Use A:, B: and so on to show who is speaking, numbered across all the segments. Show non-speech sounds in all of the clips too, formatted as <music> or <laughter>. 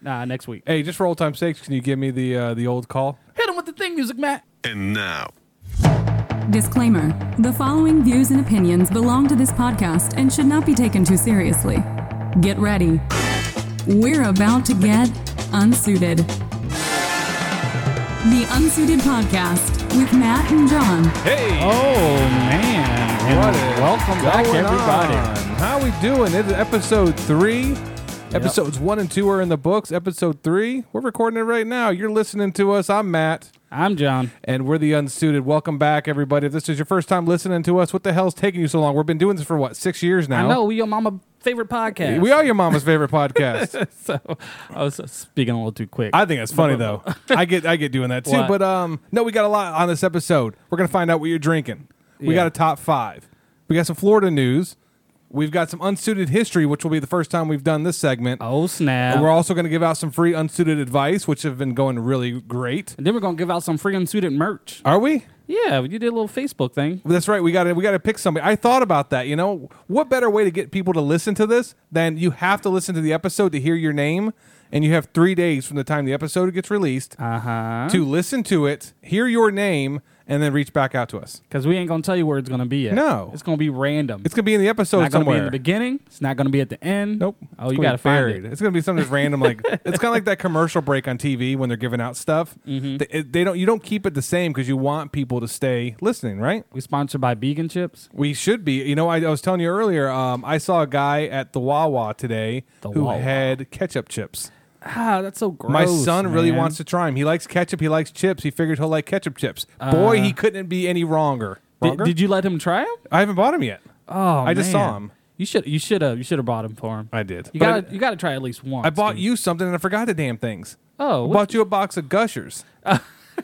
A: Nah, next week.
B: Hey, just for old time's sakes, can you give me the uh, the old call?
A: Hit him with the thing music, Matt.
C: And now,
D: Disclaimer The following views and opinions belong to this podcast and should not be taken too seriously. Get ready. We're about to get unsuited. The Unsuited Podcast with Matt and John.
B: Hey,
A: Oh man! And
B: what is
A: welcome back,
B: going
A: everybody.
B: on? How we doing? It's episode three. Episodes one and two are in the books. Episode three, we're recording it right now. You're listening to us. I'm Matt,
A: I'm John.
B: and we're the Unsuited. Welcome back, everybody. If this is your first time listening to us, what the hell's taking you so long? We've been doing this for what six years now.
A: I know we your mama favorite podcast.
B: We are your mama's favorite <laughs> podcast.
A: So I was speaking a little too quick.
B: I think
A: <laughs>
B: that's funny though. I get I get doing that too.
A: What?
B: But um, no, we got a lot on this episode. We're gonna find out what you're drinking. We
A: Yeah.
B: got a top five. We got some Florida news. We've got some unsuited history, which will be the first time we've done this segment.
A: oh snap!
B: And we're also going to give out some free unsuited advice, which have been going really great.
A: and then we're gonna give out some free unsuited merch.
B: Are we?
A: Yeah, you did a little Facebook thing.
B: That's right. We got to we got to pick somebody. I thought about that. You know, what better way to get people to listen to this than you have to listen to the episode to hear your name, and you have three days from the time the episode gets released
A: Uh huh.
B: to listen to it, hear your name, and then reach back out to us.
A: Because we ain't gonna tell you where it's gonna be yet.
B: No.
A: it's gonna be random.
B: It's gonna be in the episode
A: not gonna
B: somewhere.
A: be in the beginning. It's not gonna be at the end.
B: nope.
A: Oh,
B: It's
A: you
B: gonna be
A: gotta find
B: buried.
A: it.
B: It's gonna be something just
A: <laughs>
B: random. Like it's kind of like that commercial break on TV when they're giving out stuff.
A: Mm-hmm.
B: They, it- they don't. You don't keep it the same because you want people to stay listening, right?
A: We sponsored by Vegan Chips.
B: We should be. You know, I, I was telling you earlier. Um, I saw a guy at the Wawa today
A: The
B: who
A: Wawa.
B: had ketchup chips.
A: Ah, that's so gross.
B: My son really
A: man.
B: wants to try them. He likes ketchup. He likes chips. He figured he'll like ketchup chips. Boy, he couldn't be any wronger.
A: Uh. Did,
B: Wronger?
A: did you let him try them?
B: I haven't bought him yet.
A: Oh,
B: I just saw
A: man.
B: him.
A: You should you should have you should have bought him for him.
B: I did.
A: You
B: But
A: got
B: I-
A: to you got to try at least once.
B: I bought
A: dude.
B: you something and I forgot the damn things.
A: Oh,
B: I
A: what-
B: bought you a box
A: <laughs>
B: of Gushers.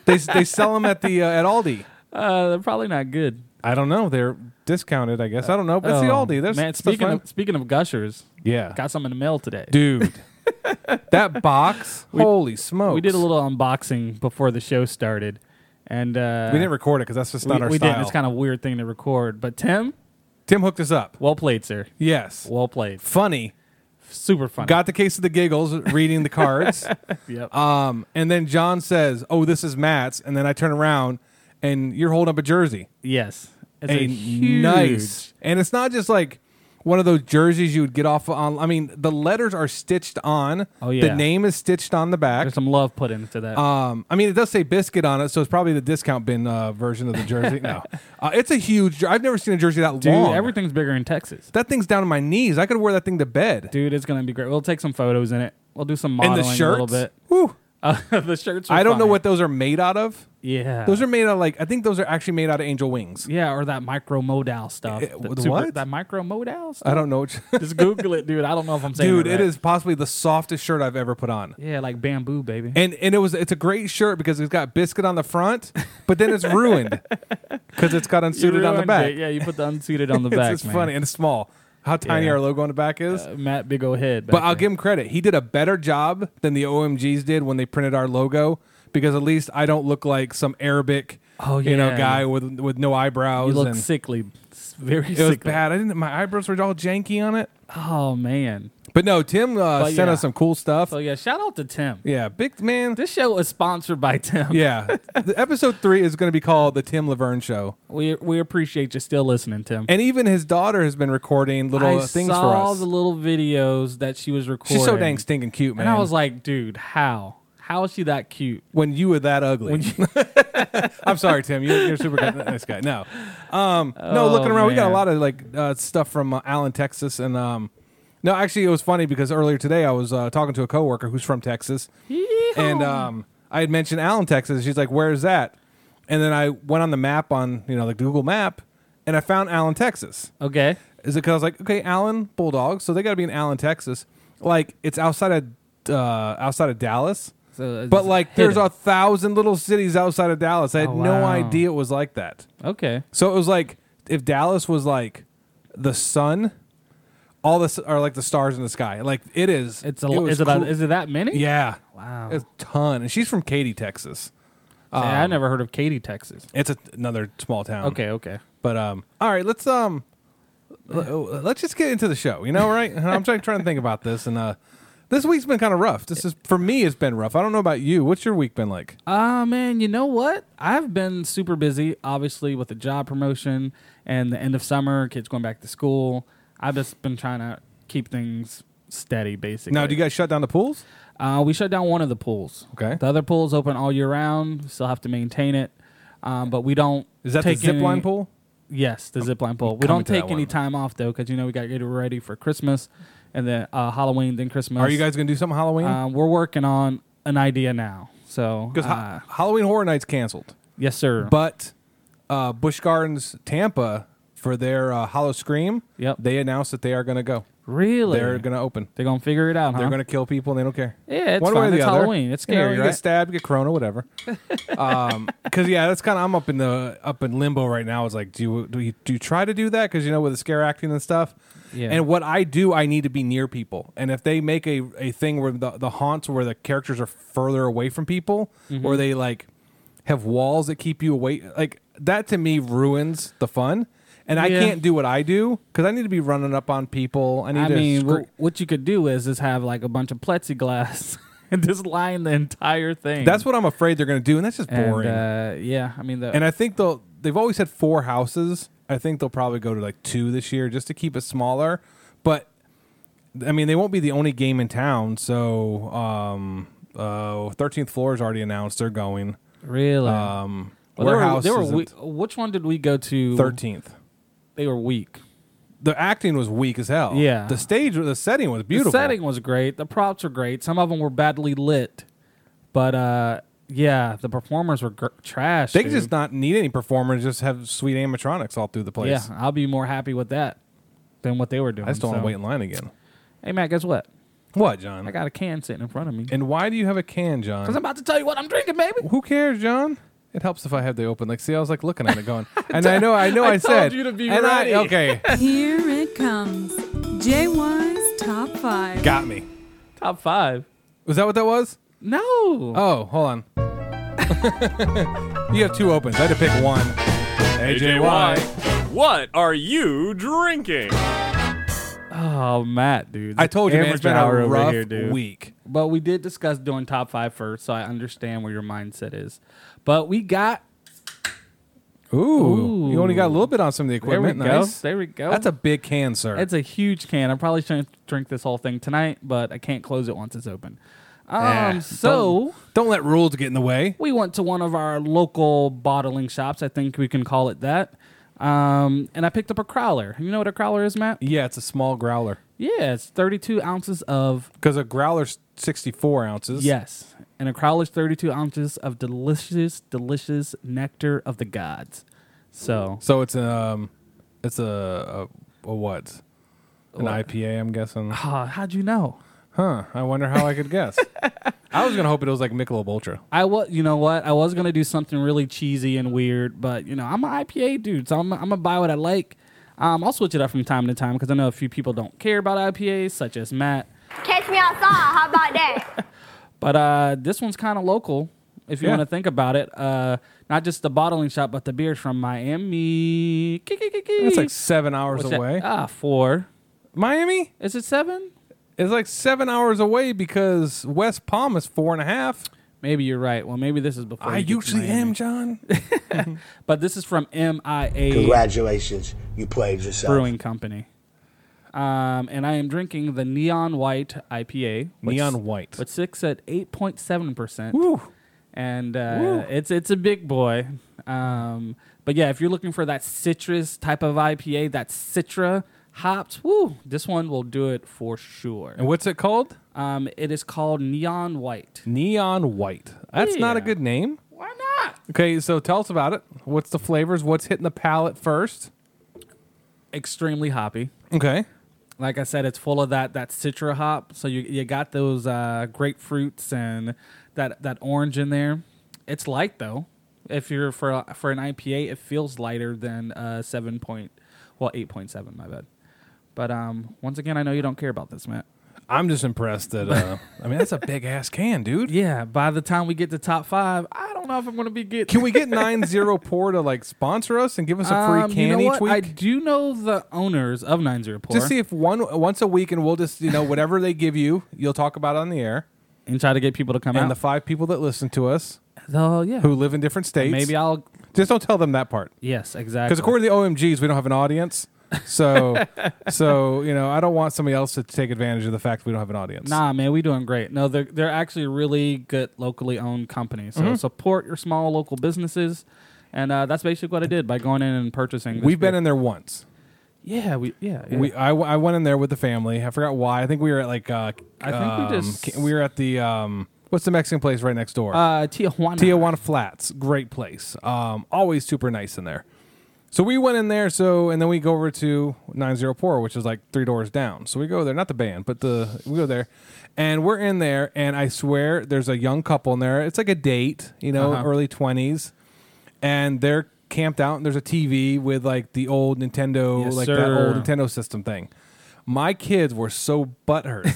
B: they they sell them at the uh, at Aldi.
A: Uh, they're probably not good.
B: I don't know. They're discounted, I guess. I don't know. But it's the
A: Oh,
B: Aldi. There's
A: man,
B: stuff
A: speaking
B: on-
A: of, speaking of gushers,
B: yeah,
A: got some in the mail today.
B: dude. that box. holy
A: <laughs>
B: smokes!
A: we did a little unboxing before the show started, and uh,
B: We didn't record it because that's just
A: we,
B: not our
A: we
B: style.
A: didn't. It's kind of a weird thing to record. But Tim,
B: Tim hooked us up.
A: well played, sir.
B: Yes,
A: Well played.
B: funny.
A: Super fun.
B: Got the case of the giggles reading
A: <laughs>
B: the cards.
A: Yep.
B: um, and then John says, "Oh, this is Matt's." And then I turn around, and you're holding up a jersey.
A: yes. It's
B: a nice. And it's not just like one of those jerseys you would get off on. I mean, the letters are stitched on.
A: Oh,
B: The
A: yeah.
B: name is stitched on the back.
A: There's some love put into that.
B: Um, I mean, it does say biscuit on it, so it's probably the discount bin uh, version of the jersey.
A: <laughs>
B: no, uh, it's a huge. jer- I've never seen a jersey that
A: Dude,
B: long.
A: everything's bigger in Texas.
B: that thing's down to my knees. I could wear that thing to bed.
A: Dude, it's gonna be great. We'll take some photos in it. We'll do some
B: and
A: modeling
B: the
A: a
B: shirts.
A: little bit.
B: Whew.
A: Uh, <laughs> the shirts. Are
B: I don't know
A: fine.
B: what those are made out of.
A: Yeah.
B: Those are made out of like I think those are actually made out of angel wings.
A: Yeah, or that micro modal stuff.
B: Eh,
A: That
B: the what?
A: That micro modal stuff.
B: I don't know. Which,
A: <laughs> Just Google it, dude. I don't know if I'm saying
B: <laughs> dude, it
A: right.
B: is possibly the softest shirt I've ever put on.
A: Yeah, like bamboo, baby.
B: and and it was it's a great shirt because it's got biscuit on the front, but then
A: <laughs>
B: it's ruined because it's got
A: You
B: unsuited on the
A: ruined
B: back.
A: it. Yeah, you put the unsuited on the
B: <laughs> it's
A: back.
B: just
A: man.
B: funny and it's small. How tiny
A: Yeah.
B: our logo on the back is.
A: Uh, Matt Big O Head.
B: but I'll give him credit. He did a better job than the OMGs did when they printed our logo because at least I don't look like some Arabic,
A: Oh,
B: you know,
A: yeah.
B: guy with with no eyebrows.
A: You look
B: and
A: sickly. It's very
B: It
A: sickly.
B: was bad. I didn't. My eyebrows were all janky on it.
A: Oh, man.
B: But no, Tim uh,
A: But
B: sent
A: yeah.
B: us some cool stuff.
A: So, yeah, shout out to Tim.
B: yeah, big man.
A: This show is sponsored by Tim.
B: yeah, the episode three is going to be called the Tim Laverne Show.
A: We, we appreciate you still listening, Tim.
B: And even his daughter has been recording little
A: I
B: uh, things for
A: saw
B: us.
A: the little videos that she was recording.
B: She's so dang stinking cute, man.
A: And I was like, dude, how? How is she that cute?
B: when you were that ugly. <laughs> I'm sorry, Tim. You're, you're super good. nice guy. No, um, no.
A: Oh,
B: Looking around, we got a
A: man.
B: lot of like uh, stuff from uh, Allen, Texas, and um, no, actually, it was funny because earlier today I was uh, talking to a coworker who's from Texas, and um, I had mentioned Allen, Texas. She's like, "Where's that?" And then I went on the map on you know the Google map, and I found Allen, Texas.
A: Okay.
B: Is it because I was like, okay, Allen Bulldogs, so they got to be in Allen, Texas. Like it's outside of uh, outside of Dallas,
A: So uh, it's
B: but like there's
A: hidden.
B: a thousand little cities outside of Dallas. I had
A: Oh,
B: no
A: wow.
B: idea it was like that.
A: Okay.
B: So it was like if Dallas was like the sun, all the s- are like the stars in the sky. Like it is.
A: It's a.
B: it was
A: is it a,
B: cool.
A: is it that many?
B: yeah,
A: Wow.
B: a ton. And she's from Katy, Texas.
A: See, I never heard of Katy, Texas.
B: It's a, another small town.
A: Okay. Okay.
B: But um, all right, let's <laughs> um, l- let's just get into the show. You know, right? I'm trying, trying to think about this, and uh, This week's been kind of rough. This is for me. It's been rough. I don't know about you. What's your week been like?
A: Ah, man, you know what? I've been super busy, obviously, with the job promotion and the end of summer, kids going back to school. I've just been trying to keep things steady, basically.
B: Now, do you guys shut down the pools?
A: Uh, we shut down one of the pools.
B: Okay.
A: The other pool's open all year round. We Still have to maintain it, um, but we don't.
B: Is that the
A: take
B: zip
A: any-
B: line pool?
A: Yes, the zip line pool. We
B: coming
A: don't
B: to that
A: take any
B: one.
A: time off though, because you know we got to get ready for Christmas and then uh, Halloween, then Christmas.
B: Are you guys gonna do something Halloween?
A: Um, we're working on an idea now. So,
B: Because
A: uh,
B: Halloween Horror Night's canceled,
A: yes, sir.
B: but uh, Busch Gardens Tampa for their uh, Hollow Scream,
A: Yep.
B: they announced that they are gonna go.
A: really,
B: They're gonna open.
A: they're gonna figure it out.
B: They're
A: huh?
B: gonna kill people and they don't care.
A: Uh-huh. Yeah, it's
B: One way or
A: fine.
B: the
A: It's
B: other.
A: Halloween. It's
B: You know,
A: scary,
B: you
A: right?
B: get stabbed, you get
A: <laughs>
B: corona, whatever. Because yeah, that's kind of I'm up in the up in limbo right now. It's like, do you do you, do you try to do that? Because you know with the scare acting and stuff.
A: Yeah.
B: And what I do, I need to be near people. And if they make a, a thing where the, the haunts where the characters are further away from people,
A: Mm-hmm.
B: or they like have walls that keep you away, like that to me ruins the fun. And I
A: Yeah.
B: can't do what I do because I need to be running up on people. I need
A: I
B: to.
A: mean,
B: screw-
A: wh- what you could do is just have like a bunch of plexiglass <laughs> and just line the entire thing.
B: that's what I'm afraid they're going to do, and that's just
A: And,
B: boring.
A: uh, yeah, I mean the
B: And I think they'll they've always had four houses. I think they'll probably go to like two this year just to keep it smaller. But I mean, they won't be the only game in town. So um, uh, 13th floor is already announced they're going.
A: really
B: Um,
A: Well, they were-
B: warehouse
A: They were,
B: isn't.
A: weak. Which one did we go to?
B: 13th.
A: They were weak.
B: The acting was weak as hell.
A: Yeah.
B: The stage, the setting was beautiful.
A: The setting was great. The props were great. Some of them were badly lit, but uh, yeah, the performers were gr- trash.
B: They
A: dude.
B: just not need any performers. Just have sweet animatronics all through the place.
A: yeah. I'll be more happy with that than what they were doing.
B: I just don't want
A: so.
B: to wait in line again.
A: Hey Matt, guess what?
B: What, John?
A: I got a can sitting in front of me.
B: and why do you have a can, John?
A: Cause I'm about to tell you what I'm drinking, baby.
B: who cares, John? It helps if I have the open. Like, see, I was like looking at it,
A: <laughs>
B: going, and I know, I know, I,
A: told
B: said,
A: you to be
B: and I-
A: ready. <laughs>
B: okay,
D: Here it comes. JY's Top 5.
B: got me.
A: Top five.
B: Was that what that was?
A: No.
B: Oh, hold on. <laughs> you have two opens. I had to pick one. AJY.
C: What are you drinking?
A: Oh, Matt, dude.
B: I told you, man, it's
A: Amateur
B: been a
A: hour over
B: rough
A: here, dude.
B: week.
A: But we did discuss doing top five first, so I understand where your mindset is. But we got
B: Ooh, you only got a little bit on some of the
A: there we
B: equipment.
A: go.
B: Nice.
A: There we go.
B: That's a big can, sir.
A: it's a huge can. I probably shouldn't drink this whole thing tonight, but I can't close it once it's open. Um,
B: Yeah,
A: so
B: Don't let rules get in the way.
A: we went to one of our local bottling shops. I think we can call it that. Um, and I picked up a crowler. You know what a crowler is, Matt?
B: Yeah, it's a small growler
A: Yeah, it's 32 ounces of
B: because a growler's sixty-four ounces.
A: Yes. And a crowler's 32 ounces of delicious, delicious nectar of the gods. So,
B: So it's um, it's a a, a what? An IPA, I'm guessing.
A: Ah, how'd you know?
B: Huh. I wonder how I
A: <laughs>
B: could guess. I was gonna hope it was like Michelob Ultra.
A: I was, you know what? I was going to do something really cheesy and weird, but, you know, I'm an IPA dude, so I'm, I'm going to buy what I like. Um, I'll switch it up from time to time because I know a few people don't care about IPAs, such as Matt.
E: Catch me outside. How about that?
A: But uh, this one's kind of local, if you
B: Yeah.
A: want to think about it. Uh, not just the bottling shop, but the beer's from Miami.
B: That's like seven hours away.
A: Ah, four.
B: Miami
A: Is it seven?
B: is like seven hours away because West Palm is four and a half.
A: Maybe you're right. Well, maybe this is before.
B: I
A: you get to
B: usually
A: Miami. <laughs>
B: am, John.
A: But this is from MIA
F: Congratulations, you played yourself.
A: Brewing Company. Um, and I am drinking the Neon White IPA. which-
B: Neon White.
A: Which sits at 8.7%.
B: Woo.
A: And uh, it's it's a big boy. Um, but yeah, if you're looking for that citrus type of IPA, that Citra hops, woo, this one will do it for sure.
B: And what's it called?
A: Um, it is called Neon White.
B: Neon White. That's not a
A: Yeah.
B: good name.
A: Why not?
B: Okay, so tell us about it. What's the flavors? What's hitting the palate first?
A: Extremely hoppy.
B: Okay.
A: like I said, it's full of that that citra hop. So you you got those uh, grapefruits and that that orange in there. It's light though. If you're for for an IPA, it feels lighter than uh, seven point, well eight point seven. My bad. But um, once again, I know you don't care about this, Matt.
B: I'm just impressed that uh, I mean that's a big ass can, dude.
A: Yeah, by the time we get to top five, I don't know if I'm going to be getting.
B: Can we <laughs> get nine zero pour to like sponsor us and give us a free
A: Um,
B: can
A: you know what?
B: each week?
A: I do know the owners of Nine Zero Pour
B: just see if one once a week, and we'll just you know whatever they give you, you'll talk about on the air.
A: and try to get people to come
B: And the
A: out.
B: five people that listen to us
A: oh yeah,
B: who live in different states,
A: maybe I'll.
B: just don't tell them that part
A: Yes, exactly.
B: because according to the OMGs, we don't have an audience. <laughs> So, so you know, I don't want somebody else to take advantage of the fact we don't have an audience.
A: Nah, man, we doing great. No, they're they're actually really good locally owned companies.
B: Mm-hmm.
A: So support your small local businesses, and uh, that's basically what I did by going in and purchasing. this
B: We've been
A: beer.
B: in there once.
A: yeah, we yeah, yeah.
B: We I, w- I went in there with the family. I forgot why. I think we were at like uh,
A: I think we
B: um,
A: just-
B: ca- we were at the um what's the Mexican place right next door?
A: uh, Tijuana.
B: Tijuana Flats, great place. Um, always super nice in there. So we went in there. So and then we go over to Nine Zero Pour, which is like three doors down. So we go there, not the band, but the we go there, and we're in there. And I swear, there's a young couple in there. It's like a date, you know,
A: Uh-huh.
B: early twenties, and they're camped out. And there's a TV with like the old Nintendo,
A: Yes,
B: like that
A: sir.
B: old Nintendo system thing. My kids were so butthurt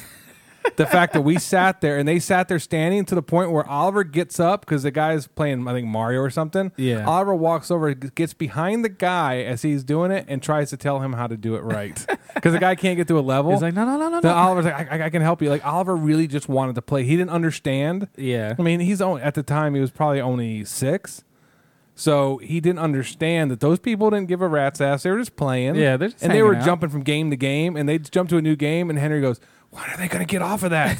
B: the fact that we sat there and they sat there standing to the point where Oliver gets up because the guy's playing, I think Mario or something.
A: Yeah.
B: Oliver walks over, g- gets behind the guy as he's doing it, and tries to tell him how to do it right because the guy can't get to a level.
A: He's like, "No, no, no, no,
B: Then
A: no."
B: Oliver's like, I, I- I can help you. Like Oliver really just wanted to play. He didn't understand.
A: Yeah.
B: I mean, he's only at the time he was probably only six. So he didn't understand that those people didn't give a rat's ass. They were just playing.
A: Yeah, they're just
B: and they
A: hanging
B: were
A: out.
B: jumping from game to game, and they jumped to a new game. And Henry goes, "When are they going to get off
A: <laughs>
B: of that?"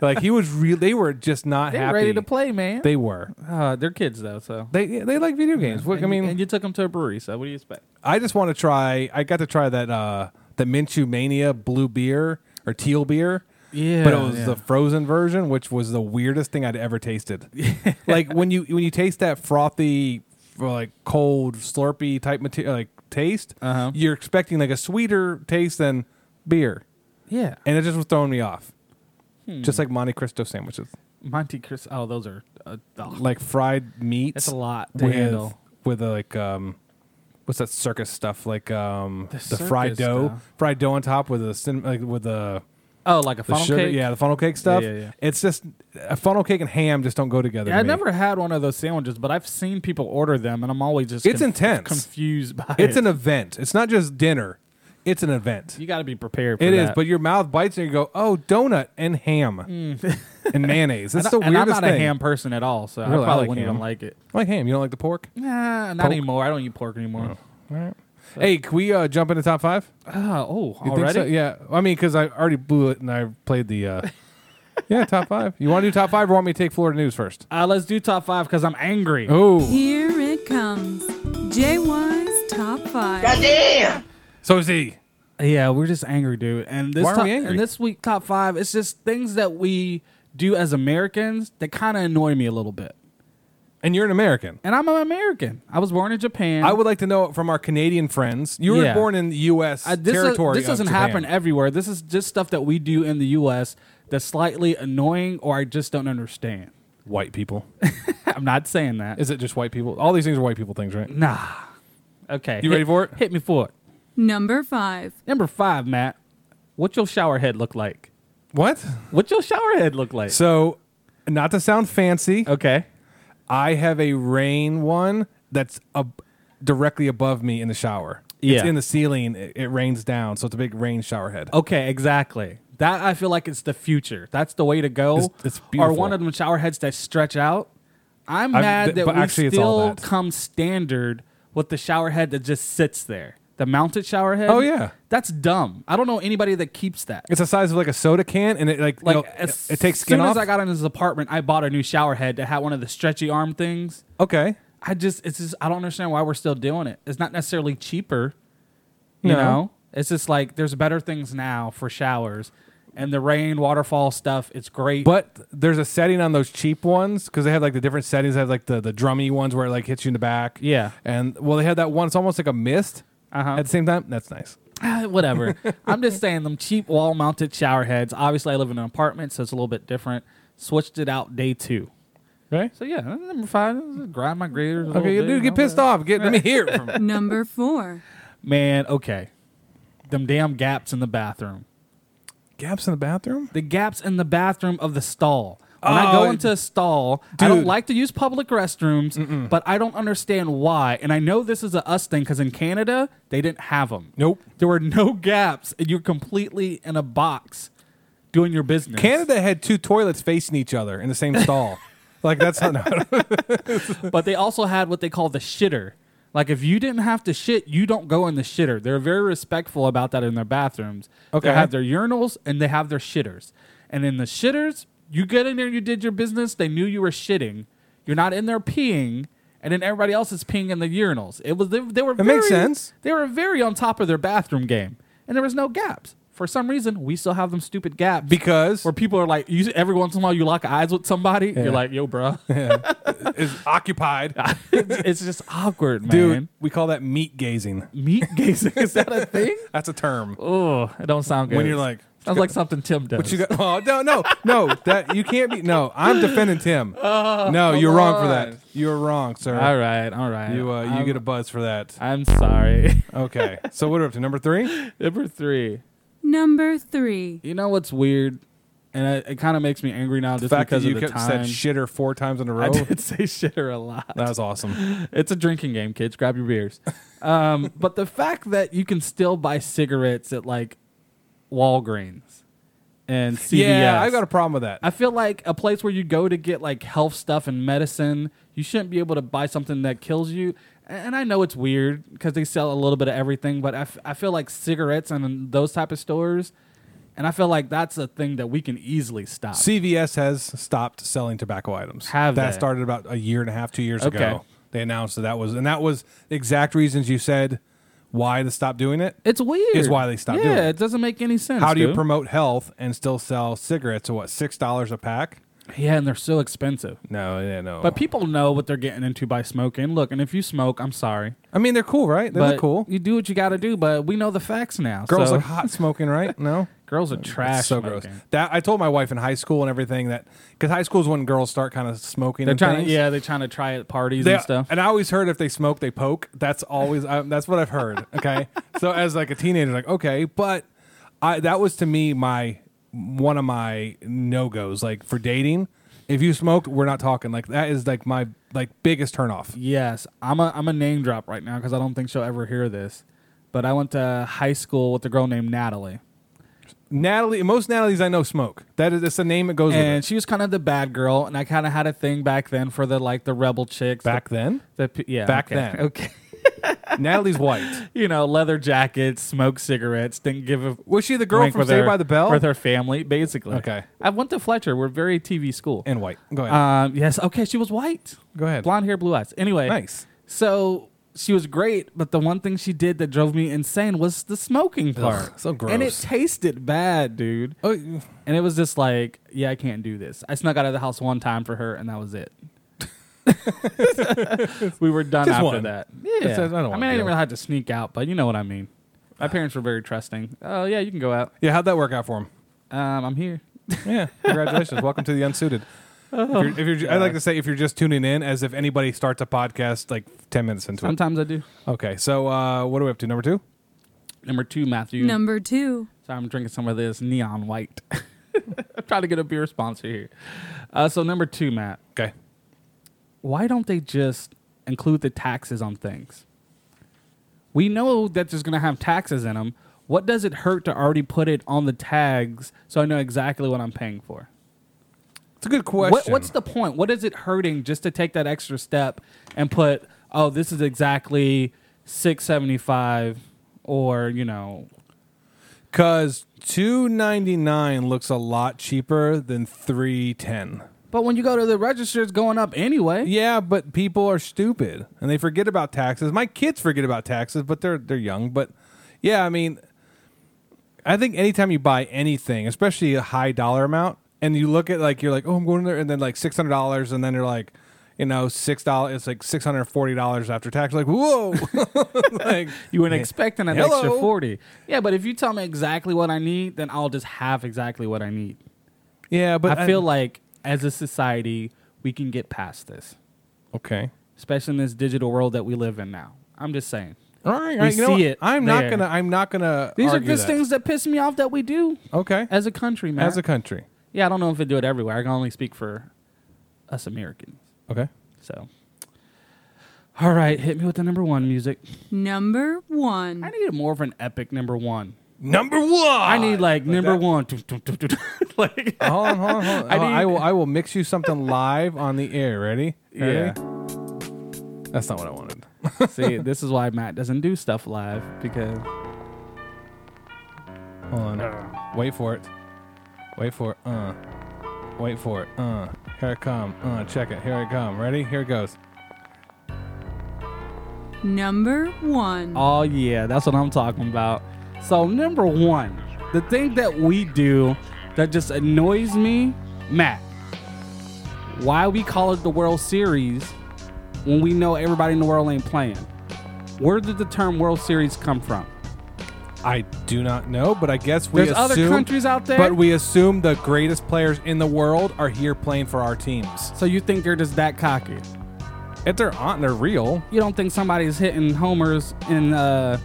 B: like he was real. They were just not
A: They're
B: happy.
A: ready to play, man.
B: They were.
A: uh, they're kids though, so
B: They they like video games. What,
A: And
B: I
A: you-
B: mean,
A: and you took them to a brewery, so what do you expect?
B: I just want to try. I got to try that uh the Minshew Mania blue beer or teal beer.
A: Yeah,
B: but it was
A: yeah.
B: the frozen version, which was the weirdest thing I'd
A: <laughs>
B: ever tasted. like when you when you taste that frothy, like cold slurpy type material, like taste,
A: Uh-huh.
B: you're expecting like a sweeter taste than beer,
A: Yeah,
B: and it just was throwing me off.
A: Hmm.
B: Just like Monte Cristo sandwiches,
A: Monte Cristo. Oh, those are uh, oh,
B: like fried meat.
A: That's a lot to
B: with,
A: handle.
B: With a, like um, what's that circus stuff? Like um, the, fried
A: circus
B: dough,
A: stuff.
B: fried dough on top with a cinnamon, like with a
A: oh like a
B: the
A: funnel
B: sugar,
A: cake.
B: yeah, the funnel cake stuff.
A: yeah, yeah.
B: It's just a funnel cake and ham just don't go together.
A: Yeah,
B: to
A: I
B: me.
A: never had one of those sandwiches, but I've seen people order them, and I'm always just
B: It's intense.
A: confused by
B: It's
A: it.
B: an event. It's not just dinner. It's an event.
A: you got to be prepared. for
B: It is,
A: that.
B: but your mouth bites and you go, oh, donut and ham and mayonnaise. That's the
A: Mm. <laughs> and
B: weirdest
A: I'm not
B: thing.
A: a ham person at all, so
B: Really,
A: I
B: I
A: probably
B: like
A: wouldn't even
B: ham.
A: like it.
B: I like ham. You don't like the pork?
A: Nah, not
B: Pork?
A: anymore. I don't eat pork Oh. anymore.
B: Hey, can we uh, jump into top five?
A: Ah, oh,
B: You
A: already?
B: Think so? Yeah. I mean, because I already blew it and I played
A: <laughs>
B: the. Uh, yeah, top five. You want to do top five or want me to take Florida news first?
A: Uh, let's do top five because I'm angry.
B: Oh,
D: Here it comes. JY's Top 5.
B: so Z.
A: Yeah, we're just angry, dude. And this
B: Why are
A: top,
B: we angry?
A: and this week top five, it's just things that we do as Americans that kind of annoy me a little bit.
B: And you're an American.
A: And I'm an American. I was born in Japan.
B: I would like to know from our Canadian friends. You were
A: Yeah.
B: born in the U.S.
A: Uh, this
B: territory.
A: this
B: of
A: doesn't
B: Japan.
A: happen everywhere. This is just stuff that we do in the U.S. that's slightly annoying, or I just don't understand. <laughs>
B: White people.
A: I'm not saying that.
B: Is it just white people? All these things are white people things, right?
A: nah. Okay.
B: You
A: hit-
B: ready for it?
A: Hit me for it.
D: Number 5.
A: Number five, Matt. What your shower head look like?
B: What?
A: What your shower head look like?
B: So, not to sound fancy,
A: okay.
B: I have a rain one that's ab- directly above me in the shower.
A: Yeah.
B: It's in the ceiling. It, it rains down, so it's a big rain shower head.
A: Okay, exactly. That I feel like it's the future. That's the way to go.
B: It's- it's
A: Or
B: beautiful.
A: one of them shower heads that stretch out. I'm
B: I've-
A: mad
B: th-
A: that
B: but
A: we
B: actually it's all
A: still
B: that.
A: come standard with the shower head that just sits there. The mounted shower head.
B: Oh, yeah.
A: That's dumb. I don't know anybody that keeps that.
B: It's the size of like a soda can, and it like
A: like
B: you know,
A: as
B: it, it takes skin
A: soon
B: off.
A: as I got in this apartment, I bought a new shower head that had one of the stretchy arm things.
B: okay,
A: I just it's just I don't understand why we're still doing it. It's not necessarily cheaper, you
B: No.
A: know. It's just like there's better things now for showers, and the rain waterfall stuff. It's great,
B: but there's a setting on those cheap ones because they have like the different settings. They have like the the drummy ones where it like hits you in the back.
A: Yeah.
B: and well, they had that one. It's almost like a mist.
A: Uh-huh.
B: At the same time, that's nice.
A: Ah, <laughs>
B: <laughs>
A: whatever. I'm just saying them cheap wall mounted shower heads. Obviously, I live in an apartment, so it's a little bit different. Switched it out day two.
B: Right?
A: So yeah, number five, grind my graders. a little
B: Okay, you
A: bit,
B: dude,
A: you
B: get
A: know,
B: pissed off.
A: <laughs>
B: Get let me hear. it From,
D: Number 4.
A: man. Okay, them damn gaps in the bathroom.
B: Gaps in the bathroom?
A: the gaps in the bathroom of the stall. When I go
B: Oh,
A: into a stall, I don't
B: dude.
A: like to use public restrooms, but I don't understand why. And I know this is a us thing because in Canada they didn't have them.
B: Nope.
A: there were no <laughs> gaps, and you're completely in a box doing your business.
B: Canada had two toilets facing each other in the same
A: <laughs>
B: stall. like that's not <laughs>
A: but they also had what they call the shitter. Like if you didn't have to shit, you don't go in the shitter. They're very respectful about that in their bathrooms.
B: Okay.
A: They have their urinals and they have their shitters. And in the shitters, you get in there, you did your business, they knew you were shitting. You're not in there peeing, and then everybody else is peeing in the urinals. It was they, they were
B: That makes
A: very-
B: sense.
A: They were very on top of their bathroom game. And there was no gaps. For some reason, we still have them stupid gaps.
B: because
A: where people are like, you, every once in a while you lock eyes with somebody, you're like, yo, bruh.
B: it's occupied.
A: <laughs> it's, it's just awkward, man.
B: Dude, we call that meat gazing.
A: Meat gazing is that a thing?
B: That's a term.
A: <laughs> Oh, it don't sound good.
B: When you're like,
A: sounds like something Tim does.
B: What you got? Oh no, no, no! That you can't be. No, I'm defending Tim. no, you're wrong for that.
A: on.
B: You're wrong, sir.
A: all right, all right.
B: You uh, you
A: I'm,
B: get a buzz for that.
A: I'm sorry. <laughs>
B: Okay, so what are we up to number three?
A: Number three.
D: Number three.
A: You know what's weird, and it, it kind of makes me angry now
B: The
A: just
B: fact that
A: because
B: you
A: of the
B: kept
A: time.
B: said shitter four times in a
A: I
B: row.
A: did <laughs> say shitter a lot.
B: That
A: <laughs>
B: was awesome.
A: It's a drinking game, kids. Grab your beers. Um, <laughs> but the fact that you can still buy cigarettes at like Walgreens and CVS.
B: Yeah, I got a problem with that.
A: I feel like a place where you go to get like health stuff and medicine, you shouldn't be able to buy something that kills you. And I know it's weird because they sell a little bit of everything, but I, f- I feel like cigarettes and those type of stores, and I feel like that's a thing that we can easily stop.
B: CVS has stopped selling tobacco items.
A: Have
B: that
A: they?
B: started about a year and a half, two years
A: Okay.
B: ago. They announced that that was, and that was the exact reasons you said why to stop doing it.
A: it's weird.
B: Is why they stopped
A: Yeah,
B: doing it.
A: it doesn't make any sense.
B: How do you
A: dude.
B: promote health and still sell cigarettes at what six dollars a pack?
A: Yeah, and they're so expensive.
B: No, yeah, no.
A: But people know what they're getting into by smoking. Look, and if you smoke, I'm sorry,
B: I mean, they're cool, right? They
A: but
B: look cool.
A: You do what you got to do. But we know the facts now.
B: Girls
A: so-
B: look hot
A: <laughs>
B: smoking, right? No,
A: Girls are trash.
B: so
A: smoking.
B: gross. That I told my wife in high school and everything that because high school is when girls start kind of smoking.
A: They're
B: and
A: trying
B: things.
A: to, yeah, they're trying to try at parties
B: They-
A: and stuff.
B: I always heard if they smoke, they poke. That's always I, that's what I've heard.
A: <laughs>
B: Okay, so as like a teenager, like okay, but I that was to me my one of my no goes. Like for dating, if you smoked, we're not talking. Like that is like my like biggest turnoff.
A: yes, I'm a I'm a name drop right now because I don't think she'll ever hear this. But I went to high school with a girl named Natalie,
B: Natalie, most Natalies I know smoke. That is that's the name it goes
A: and
B: with. it.
A: she was kind of the bad girl, and I kind of had a thing back then for the like the rebel chicks.
B: Back then,
A: the, the, yeah,
B: Back
A: okay.
B: then.
A: okay, <laughs>
B: Natalie's white.
A: you know, leather jackets, smoke cigaretes, didn't give a
B: <laughs> Was she the girl
A: wink
B: from
A: with
B: Saved
A: her-
B: by the Bell?
A: with her family, basically.
B: Okay.
A: I went to Fletcher. We're very TV school.
B: And white. Go ahead.
A: Um, yes. Okay. She was white.
B: Go ahead.
A: Blonde hair, blue eyes. Anyway.
B: Nice.
A: So she was great, but the one thing she did that drove me insane was the smoking part.
B: so
A: And it
B: gross.
A: tasted bad, dude.
B: oh,
A: And it was just like, yeah, I can't do this. I snuck out of the house one time for her, and that was it. <laughs> we were done
B: Just
A: after
B: one.
A: that.
B: Just-
A: Yeah.
B: I don't
A: I
B: wanna
A: mean,
B: deal Ah.
A: I didn't
B: with
A: really have to sneak out, but you know what I mean. My parents were very trusting. Oh yeah, you can go out.
B: yeah. How'd that work out for him?
A: Um, I'm here.
B: Yeah, congratulations. Welcome to the <laughs> Unsuited. If you're, if you're, I like to say if you're just tuning in, as if anybody starts a podcast like ten minutes into it.
A: Sometimes I do.
B: Okay, so uh, what are we up to? Number two.
A: Number two, Matthew.
D: Number two.
A: So I'm drinking some of this neon white. <laughs> I'm trying to get a beer sponsor here. Uh, so number two, Matt,
B: Okay,
A: why don't they just include the taxes on things? We know that there's going to have taxes in them. What does it hurt to already put it on the tags so I know exactly what I'm paying for?
B: it's a good question.
A: What, what's the point? What is it hurting just to take that extra step and put, oh, this is exactly 675 or, you know,
B: Because two ninety nine looks a lot cheaper than three ten.
A: but when you go to the register, it's going up anyway.
B: Yeah, but people are stupid and they forget about taxes. My kids forget about taxes, but they're they're young. But yeah, I mean, I think anytime you buy anything, especially a high dollar amount, and you look at like you're like, oh, I'm going there, and then like six hundred dollars, and then you're like, you know, six dollars. It's like six hundred forty dollars after tax. Like, whoa, <laughs> like
A: You weren't expecting an
B: Hello?
A: extra 40. Yeah, but if you tell me exactly what I need, then I'll just have exactly what I need.
B: yeah. But
A: I feel like as a society, we can get past this,
B: okay.
A: especially in this digital world that we live in now. I'm just saying.
B: All right, all right, you know
A: see
B: what?
A: it
B: I'm not
A: there.
B: gonna. I'm not gonna.
A: These are
B: argue
A: just
B: that.
A: things that piss me off that we do
B: Okay,
A: as a country, man.
B: as a country.
A: yeah, I don't know if they do it everywhere. I can only speak for us Americans.
B: Okay.
A: So, all right, hit me with the number one music.
D: Number
A: I
D: one.
A: need more of an epic number one.
B: Number one.
A: I need like, number
B: that?
A: one. <laughs> like,
B: Hold on, hold on, hold on.
A: I
B: I,
A: need-
B: will. I will mix you something live on the air. Ready?
A: yeah.
B: Ready? That's not what I wanted.
A: See, this is why Matt doesn't do stuff live because
B: Hold on. Wait for it. Wait for it. Uh. Wait for it. Uh. Here it come. Uh. Check it. Here I come. Ready? Here it goes.
D: Number one.
A: Oh yeah, that's what I'm talking about. So number one, the thing that we do that just annoys me, Matt. Why we call it the World Series when we know everybody in the world ain't playing? Where did the term World Series come from?
B: I do not know, but I guess we
A: There's other
B: assume-
A: countries out there.
B: But we assume the greatest players in the world are here playing for our teams.
A: So you think they're just that cocky?
B: If they're on, they're real.
A: You don't think somebody's hitting homers in, uh,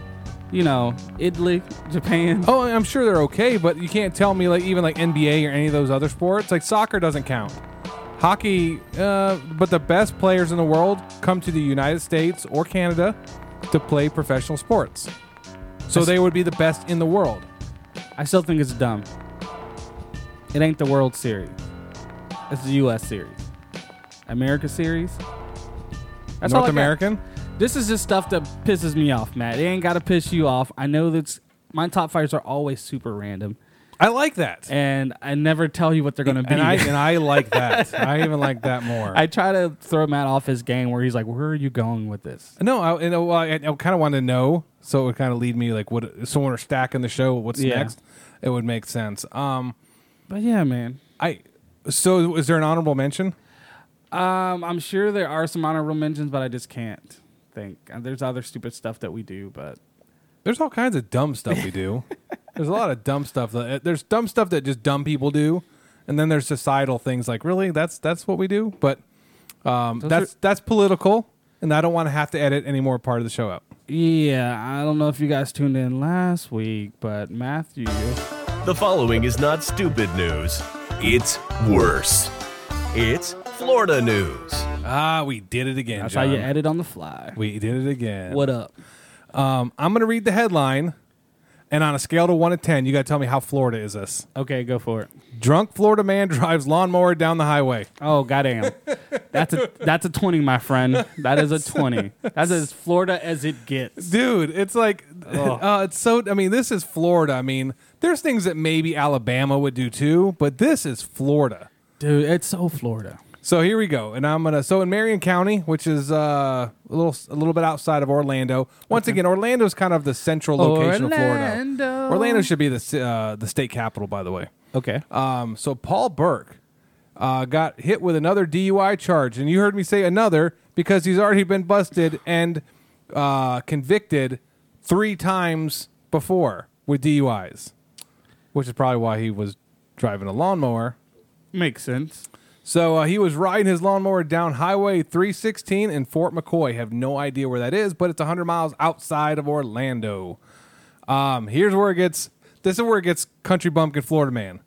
A: you know, Italy, Japan?
B: Oh, I'm sure they're okay, but you can't tell me like even like NBA or any of those other sports. Like soccer doesn't count. Hockey, uh, but the best players in the world come to the United States or Canada to play professional sports. So they would be the best in the world.
A: I still think it's dumb. It ain't the World Series. It's the U.S. Series, America Series. That's all I
B: North
A: got.
B: American?
A: This is just stuff that pisses me off, Matt. It ain't got to piss you off. I know that's my top fives are always super random,
B: I like that.
A: and I never tell you what they're gonna be.
B: And
A: <laughs>
B: I and I like that. I even like that more.
A: I try to throw Matt off his game where he's like, "Where are you going with this?"
B: No, I, and, uh, well, I, I kind of wanted to know, so it would kind of lead me like what if someone were stacking the show. What's
A: Yeah.
B: next? It would make sense. Um,
A: But yeah, man.
B: I so is there an honorable mention?
A: Um, I'm sure there are some honorable mentions, but I just can't think. And There's other stupid stuff that we do, but
B: There's all kinds of dumb stuff we <laughs> do. there's a lot of dumb stuff. That, eh, there's dumb stuff that just dumb people do, and then there's societal things like really that's that's what we do. But um, that's that's political, and I don't want to have to edit any more part of the show up.
A: Yeah, I don't know if you guys tuned in last week, but Matthew,
G: The following is not stupid news. It's worse. It's Florida news.
B: Ah, we did it again.
A: that's how you edit on the fly.
B: We did it again.
A: What up?
B: I'm going to read the headline, and on a scale to 1 to 10, you got to tell me how Florida is this.
A: Okay, go for it.
B: Drunk Florida man <laughs> drives lawnmower down the highway.
A: Oh goddamn, that's a that's a twenty, my friend. That is a twenty. That's as Florida as it gets.
B: Dude, it's like, <laughs> uh, it's so, I mean, this is Florida. I mean, there's things that maybe Alabama would do too, but this is Florida.
A: Dude, it's so Florida.
B: So here we go, and I'm gonna. So in Marion County, which is uh, a little a little bit outside of Orlando. Once again, Orlando's kind of the central location of
A: Orlando.
B: Florida. Orlando should be the ci- uh, the state capital, by the way.
A: Okay.
B: Um, so Paul Burke uh, got hit with another DUI charge, and you heard me say another because he's already been busted and uh, convicted three times before with DUIs, which is probably why he was driving a lawnmower.
A: Makes sense.
B: So uh, he was riding his lawnmower down Highway 316 in Fort McCoy. Have no idea where that is, but it's 100 miles outside of Orlando. Um, here's where it gets. This is where it gets country bumpkin Florida man.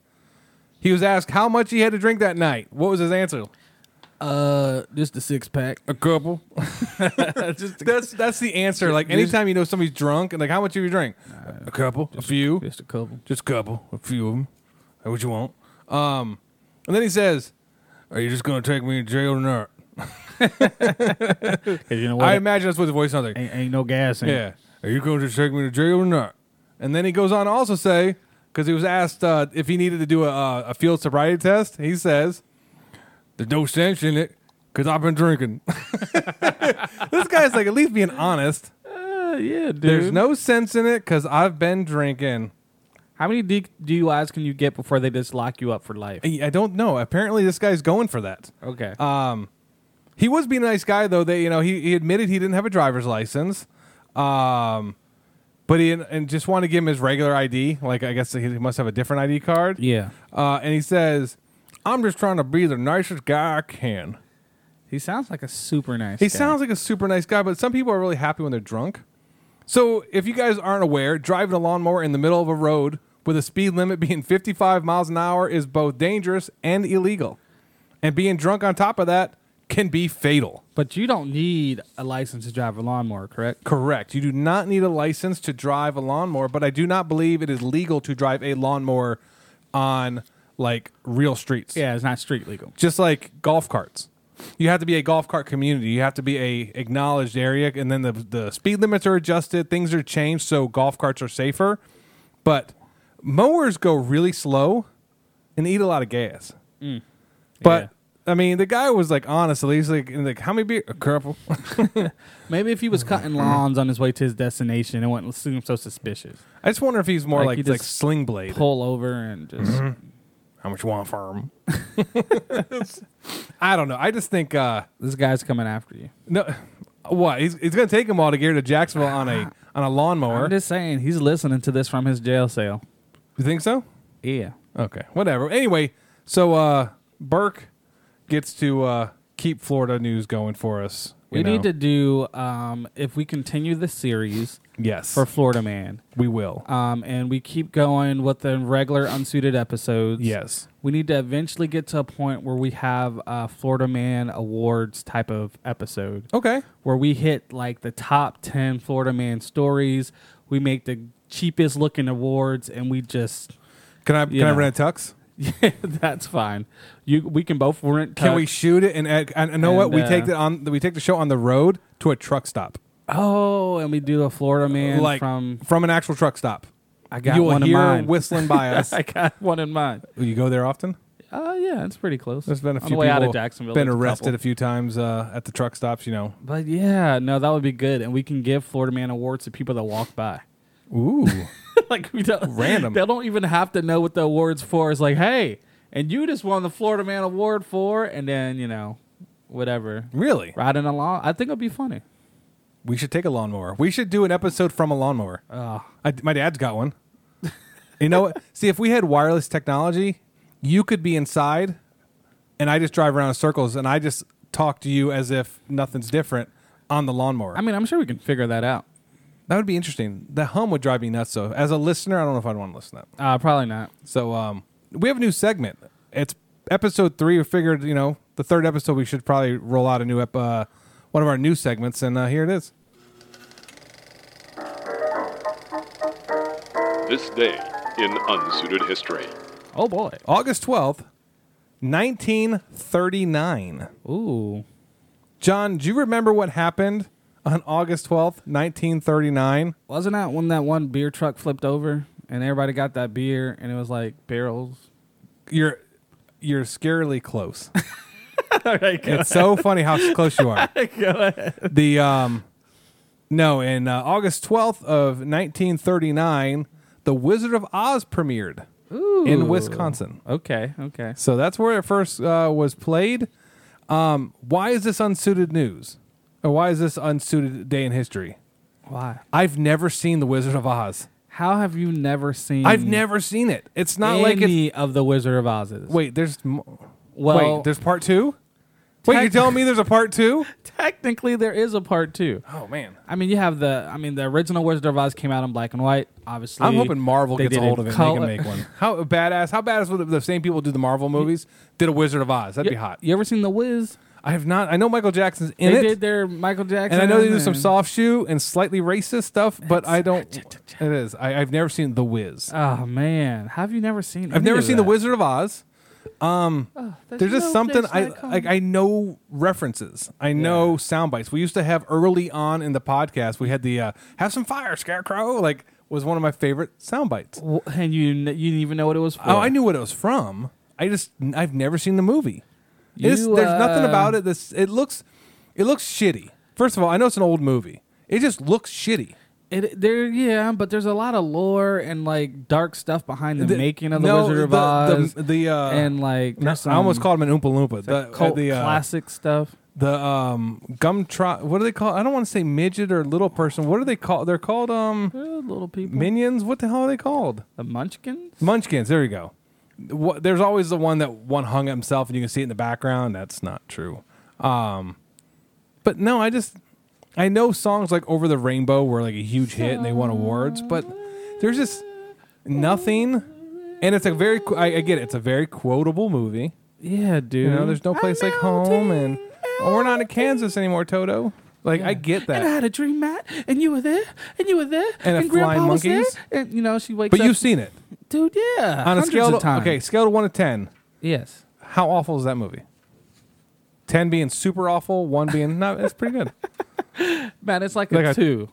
B: He was asked how much he had to drink that night. What was his answer?
A: Uh, just a six pack.
B: A <laughs> couple. that's that's the answer. Like anytime you know somebody's drunk, and like how much do you drink? a couple, a few,
A: Just a couple.
B: just a couple, a few of them. What you want? Um, and then he says, "Are you just gonna take me to jail or not?"
A: Cause you know
B: I
A: what?
B: imagine that's what the voice sounds like.
A: ain't, ain't no gas. In it.
B: Yeah. Are you going to take me to jail or not? And then he goes on to also say, because he was asked uh, if he needed to do a, uh, a field sobriety test, he says, there's no sense in it because I've been drinking. <laughs> this guy's like, at least being honest.
A: Uh, yeah, dude.
B: There's no sense in it because I've been drinking.
A: How many D- DUIs can you get before they just lock you up for life?
B: I I don't know. Apparently, this guy's going for that.
A: Okay.
B: He was being a nice guy though. That you know, he, he admitted he didn't have a driver's license, um, but he and just want to give him his regular ID. Like I guess he must have a different ID card.
A: yeah.
B: Uh, and he says, "I'm just trying to be the nicest guy I can."
A: He sounds like a super nice.
B: He
A: guy.
B: sounds like a super nice guy, but some people are really happy when they're drunk. So, if you guys aren't aware, driving a lawnmower in the middle of a road with a speed limit being 55 miles an hour is both dangerous and illegal. And being drunk on top of that can be fatal.
A: But you don't need a license to drive a lawnmower, correct?
B: Correct. You do not need a license to drive a lawnmower, but I do not believe it is legal to drive a lawnmower on like real streets.
A: Yeah, it's not street legal.
B: Just like golf carts. You have to be a golf cart community. You have to be a acknowledged area and then the the speed limits are adjusted, things are changed so golf carts are safer. But mowers go really slow and eat a lot of gas.
A: Mm.
B: But I mean, the guy was like honestly, he's like, like how many beer? A couple. <laughs>
A: Maybe if he was cutting lawns on his way to his destination, it wouldn't seem so suspicious.
B: I just wonder if he's more
A: Like,
B: like
A: he
B: like,
A: just
B: sling blade.
A: Pull over and just
B: Mm-hmm. How much you want for 'em? <laughs> I don't know. I just think uh
A: this guy's coming after you.
B: no what he's, he's gonna take them all to get to Jacksonville
A: <sighs>
B: on a on a lawnmower.
A: I'm just saying he's listening to this from his jail cell.
B: you think so?
A: Yeah.
B: Okay, whatever. Anyway, so uh Burke gets to uh keep Florida news going for us. you
A: We
B: know?
A: need to do um, if we continue this series
B: yes, Uh,
A: for Florida Man,
B: we will.
A: um, and we keep going with the regular unsuited episodes.
B: yes,
A: we need to eventually get to a point where we have a Florida Man awards type of episode.
B: okay,
A: where we hit like the top 10 Florida man stories. We make the cheapest looking awards and we just <laughs>
B: can I can I
A: know.
B: rent a tux?
A: that's fine. You we can both rent
B: Can
A: tux.
B: we shoot it and and, and know what
A: And,
B: we
A: uh,
B: take the on we take the show on the road to a truck stop,
A: Oh, and we do a Florida man
B: like <laughs>
A: from
B: from an actual truck stop.
A: I got
B: you will
A: one in
B: hear
A: mind.
B: whistling by
A: <laughs>
B: us.
A: I got one in mind.
B: you go there often.
A: Oh yeah, it's pretty close.
B: There's been a
A: On
B: few
A: the way
B: people
A: out of Jacksonville.
B: been
A: there's a
B: arrested
A: couple.
B: a few times uh, at the truck stops. You know,
A: But yeah, no, that would be good and we can give Florida man awards to people that walk by.
B: ooh, <laughs>
A: <laughs> like we don't
B: Random.
A: They don't even have to know what the awards for. It's like, hey, and you just won the Florida Man Award for, and then you know, whatever.
B: really?
A: Riding along, I think it'll be funny.
B: We should take a lawnmower. We should do an episode from a lawnmower.
A: Ah.
B: I, my dad's got one. you know,
A: <laughs>
B: what? see if we had wireless technology, you could be inside, and I just drive around in circles, and I just talk to you as if nothing's different on the lawnmower.
A: I mean, I'm sure we can figure that out.
B: that would be interesting. The hum would drive me nuts. So, as a listener, I don't know if I'd want to listen to that.
A: Uh, probably not.
B: So um, we have a new segment. It's episode three. We figured, you know, the third episode, we should probably roll out a new ep- uh, one of our new segments, and uh, here it is.
H: This day in Unsuited History.
A: Oh boy.
B: August twelfth, nineteen thirty nine.
A: Ooh.
B: John, do you remember what happened on August twelfth, nineteen thirty nine?
A: Wasn't that when that one beer truck flipped over and everybody got that beer and it was like barrels?
B: You're you're scarily close. it's so funny how close you are. The um, no, in uh, August twelfth of nineteen thirty nine, the Wizard of Oz premiered in Wisconsin.
A: Okay, okay.
B: So that's where it first uh, was played. Um, why is this unsuited news? Or why is this unsuited day in history?
A: Why?
B: I've never seen The Wizard of Oz.
A: How have you never seen?
B: I've never seen it. It's not
A: Mm. any
B: like it's.
A: of the Wizard of Oz's.
B: Wait, there's. mo-
A: Well-
B: wait, there's part two? Wait, you're
A: Tec-
B: telling me there's a part two?
A: technically there is a part two.
B: <laughs> Oh, man.
A: I mean, you have the. I mean, the original Wizard of Oz came out in black and white. Obviously,
B: I'm hoping Marvel
A: They
B: gets a
A: did
B: hold of
A: in
B: it
A: color.
B: and they can make
A: <laughs>
B: one. How badass. How badass would the same people do the Marvel movies did a Wizard of Oz? That'd
A: You,
B: be hot.
A: you ever seen The Wiz?
B: I have not. I know Michael Jackson's in
A: They
B: it.
A: did their Michael Jackson,
B: and I know they do some
A: and-
B: soft shoe and slightly racist stuff, but I don't. It is. I, I've never seen The Wiz.
A: Oh man, have you never seen?
B: I've
A: any
B: never
A: of
B: seen
A: that?
B: The Wizard of Oz. There's just
A: no
B: something
A: place
B: I
A: like home.
B: like. I know references. I know sound bites. We used to have early on in the podcast. We had the uh, "Have some fire, Scarecrow." Like was one of my favorite sound bites.
A: W- and you kn- you didn't even know what it was for.
B: Oh, I knew what it was from. I just I've never seen the movie. It is-
A: You,
B: there's nothing
A: uh,
B: about it. This it looks it looks shitty. First of all, I know it's an old movie. It just looks shitty.
A: It, there, yeah, but there's a lot of lore and like dark stuff behind the,
B: The-
A: making of the
B: no,
A: Wizard of
B: the- the-
A: Oz.
B: the, uh,
A: and like
B: No,
A: there's some
B: I almost called him an Oompa Loompa. The, uh,
A: cult
B: the, uh,
A: classic stuff.
B: the um gum trot. What do they call? I don't want to say midget or little person. What are they called? They're called um
A: They're little people,
B: minions. What the hell are they called?
A: the Munchkins.
B: Munchkins. There you go. Wha there's always the one that one hung himself, and you can see it in the background. That's not true. Um, but no, I just I know songs like Over the Rainbow were like a huge hit and they won awards, but there's just nothing. And it's a very, qu- I, I get it, it's a very quotable movie.
A: Yeah, dude.
B: You know, there's no place like home, and oh, we're not in Kansas anymore, Toto. Like, I get
A: And I
B: that.
A: had a dream, Matt, and you were there, and you were there,
B: And a flying
A: was there,
B: monkeys?
A: and you know she wakes
B: But
A: up.
B: you've seen it.
A: dude, yeah,
B: On a
A: hundreds
B: scale
A: of
B: of,
A: times.
B: okay, scale of 1 to 10,
A: yes,
B: how awful is that movie? 10 being super awful, 1 being, no, that's
A: <laughs>
B: pretty good.
A: Matt, it's like,
B: Like
A: a
B: a-
A: two.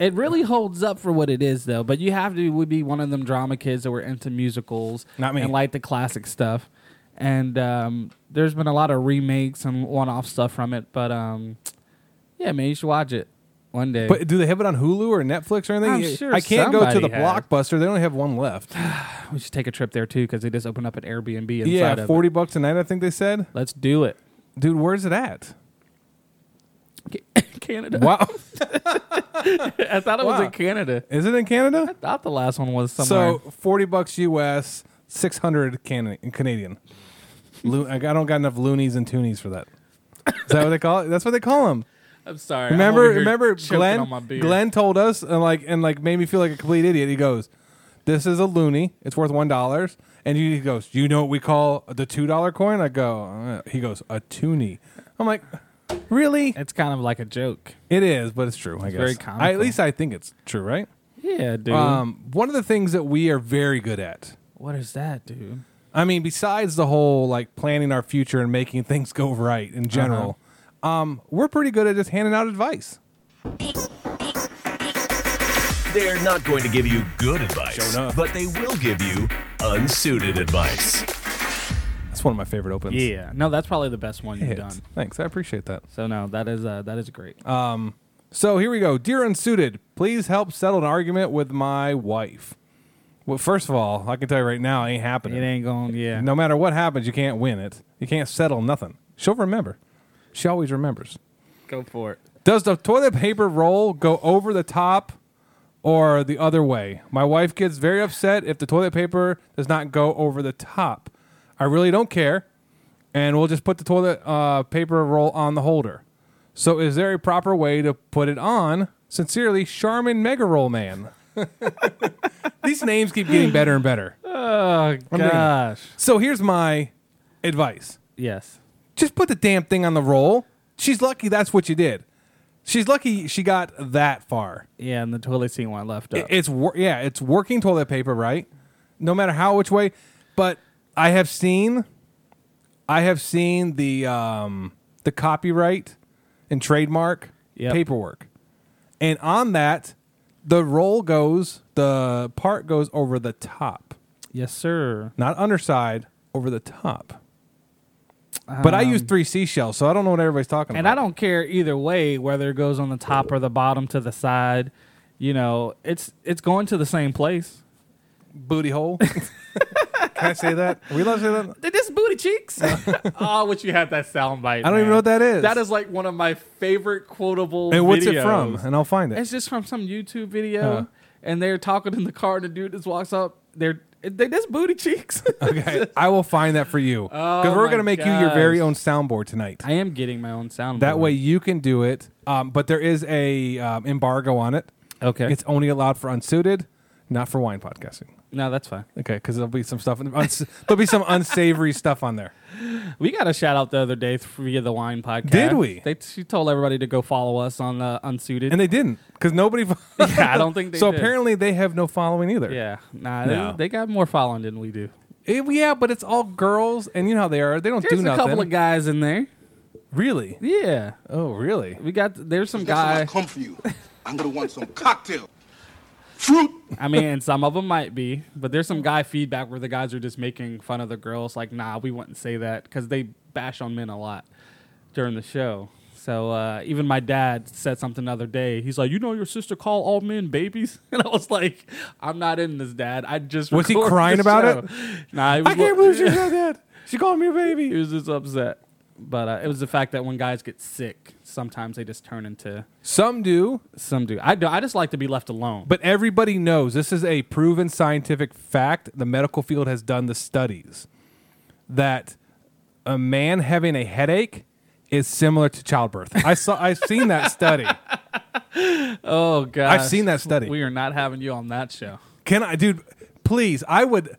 A: It really holds up for what it is, though. But you have to would be one of them drama kids that were into musicals,
B: Not me.
A: and like the classic stuff. And um, there's been a lot of remakes and one-off stuff from it, but um, yeah, man, you should watch it one day.
B: But do they have it on Hulu or Netflix or anything?
A: I'm sure
B: I can't go to
A: somebody
B: the
A: has.
B: Blockbuster. They only have one left.
A: <laughs> we should take a trip there too because they just opened up an Airbnb inside of
B: yeah,
A: it.
B: 40 bucks a night, I think they said.
A: Let's do it,
B: Dude, where's it at?
A: <coughs> Canada. <laughs>
B: Wow.
A: I thought it was
B: Wow.
A: in Canada.
B: Is it in Canada?
A: I thought the last one was somewhere.
B: So 40 bucks US, 600 Can- Canadian. Lo- I don't got enough loonies and toonies for that. Is that what they call it? That's what they call them.
A: I'm sorry. I'm
B: Remember,
A: over here
B: remember,
A: choking
B: Glenn.
A: on my beer.
B: Glenn told us and like and like made me feel like a complete idiot. He goes, "This is a loony. It's worth one dollars." And he goes, "You know what we call the two dollar coin?" I go, uh, "He goes a toonie." I'm like, "Really?
A: It's kind of like a joke.
B: It is, but it's true. I guess.
A: very
B: I, at
A: comical.
B: least I think it's true, right?"
A: Yeah, dude.
B: Um, one of the things that we are very good at.
A: what is that, dude?
B: I mean, besides the whole like planning our future and making things go right
A: Uh-huh.
B: in general, um, we're pretty good at just handing out advice.
G: They're not going to give you good advice,
B: Sure enough.
G: but they will give you unsuited advice.
B: That's one of my favorite opens.
A: Yeah, no, that's probably the best one you've
B: Hits.
A: done.
B: Thanks, I appreciate that.
A: So no, that is uh, that is great.
B: So here we go. Dear unsuited, please help settle an argument with my wife. Well, first of all, I can tell you right now, it ain't
A: it
B: happening.
A: ain't going. Yeah,
B: No matter what happens, you can't win it. You can't settle nothing. She'll remember. She always remembers.
A: go for it.
B: Does the toilet paper roll go over the top or the other way? My wife gets very upset if the toilet paper does not go over the top. I really don't care, and we'll just put the toilet uh, paper roll on the holder. So, is there a proper way to put it on? Sincerely, Charmin Mega Roll Man. <laughs> These names keep getting better and better.
A: Oh
B: digging it.
A: gosh.
B: So, here's my advice
A: Yes.
B: just put the damn thing on the roll. She's lucky that's what you did. She's lucky she got that far.
A: Yeah, and the toilet seat one left
B: It-
A: up.
B: It's wor- yeah, it's working toilet paper, right? No matter how which way, but I have seen, I have seen the um, the copyright and trademark
A: Yep.
B: paperwork, and on that, the roll goes, the part goes over the top,
A: yes, sir.
B: not underside, over the top. But I use three seashells, so I don't know what everybody's talking
A: Um. And
B: about.
A: I don't care either way whether it goes on the top or the bottom to the side. You know, it's it's going to the same place.
B: booty hole. <laughs> Can I say that? Are we allowed to say that?
A: Did this booty cheeks? <laughs> oh, which you had that sound bite.
B: I don't even know what that is.
A: That is like one of my favorite quotable.
B: And what's it
A: videos.
B: from? Uh-huh. And I'll find it.
A: It's just from some YouTube video,
B: Huh.
A: and they're talking in the car, and the dude just walks up. They're they just booty
B: <laughs>
A: cheeks.
B: Okay, I will find that for you because we're
A: Oh my
B: gonna make you your very
A: gosh.
B: own soundboard tonight.
A: I am getting my own sound.
B: that
A: board.
B: way you can do it. Um, but there is a um, embargo on it.
A: okay.
B: It's only allowed for unsuited, not for wine podcasting.
A: no, that's fine.
B: Okay, because there'll be some stuff. Uns- there'll be some unsavory stuff on there.
A: We got a shout out the other day via the Wine Podcast.
B: Did we?
A: They she told everybody to go follow us on uh, Unsuited,
B: And they didn't because nobody.
A: <laughs> yeah, I don't think they.
B: <laughs> so
A: did.
B: apparently they have no following either.
A: yeah, nah,
B: No.
A: They, they got more following than we do.
B: Eh, yeah, but it's all girls, and you know how they are. They don't
A: There's
B: do
A: a
B: nothing.
A: couple of guys in there.
B: really?
A: Yeah,
B: Oh, really?
A: we got there's some
I: Guess when I
A: guy.
I: come for you, I'm gonna want some cocktail, fruit.
A: I mean, and some of them might be, but there's some guy feedback where the guys are just making fun of the girls. Like, nah, we wouldn't say that because they bash on men a lot during the show. So uh, even my dad said something the other day. He's like, "You know, your sister call all men babies," <laughs> and I was like, "I'm not in this, Dad. I just
B: Was he
A: recorded
B: crying
A: the
B: about
A: show." Nah, he was
B: I can't
A: lo-
B: believe she <laughs> said that. She called me a baby.
A: <laughs> He was just upset, but uh, it was the fact that when guys get sick, sometimes they just turn into
B: Some do,
A: some dude. I do. I just like to be left alone.
B: but everybody knows this is a proven scientific fact. The medical field has done the studies that a man having a headache is similar to childbirth. I saw. I've seen that study.
A: Oh god,
B: I've seen that study.
A: We are not having you on that show.
B: Can I, dude? Please, I would,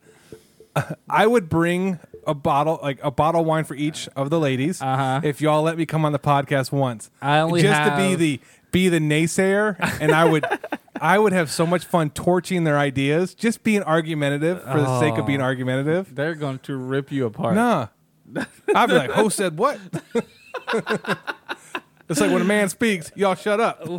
B: I would bring a bottle, like a bottle of wine for each of the ladies,
A: Uh-huh.
B: if y'all let me come on the podcast once.
A: I only
B: just to be
A: have-
B: the be the naysayer, and I
A: <laughs>
B: would, I would have so much fun torching their ideas, just being argumentative for the sake of
A: Oh.
B: being argumentative.
A: They're going to rip you apart.
B: Nah, I'd be like, "Who said what?" it's like when a man speaks, y'all
A: <laughs>
B: shut up.
A: <laughs>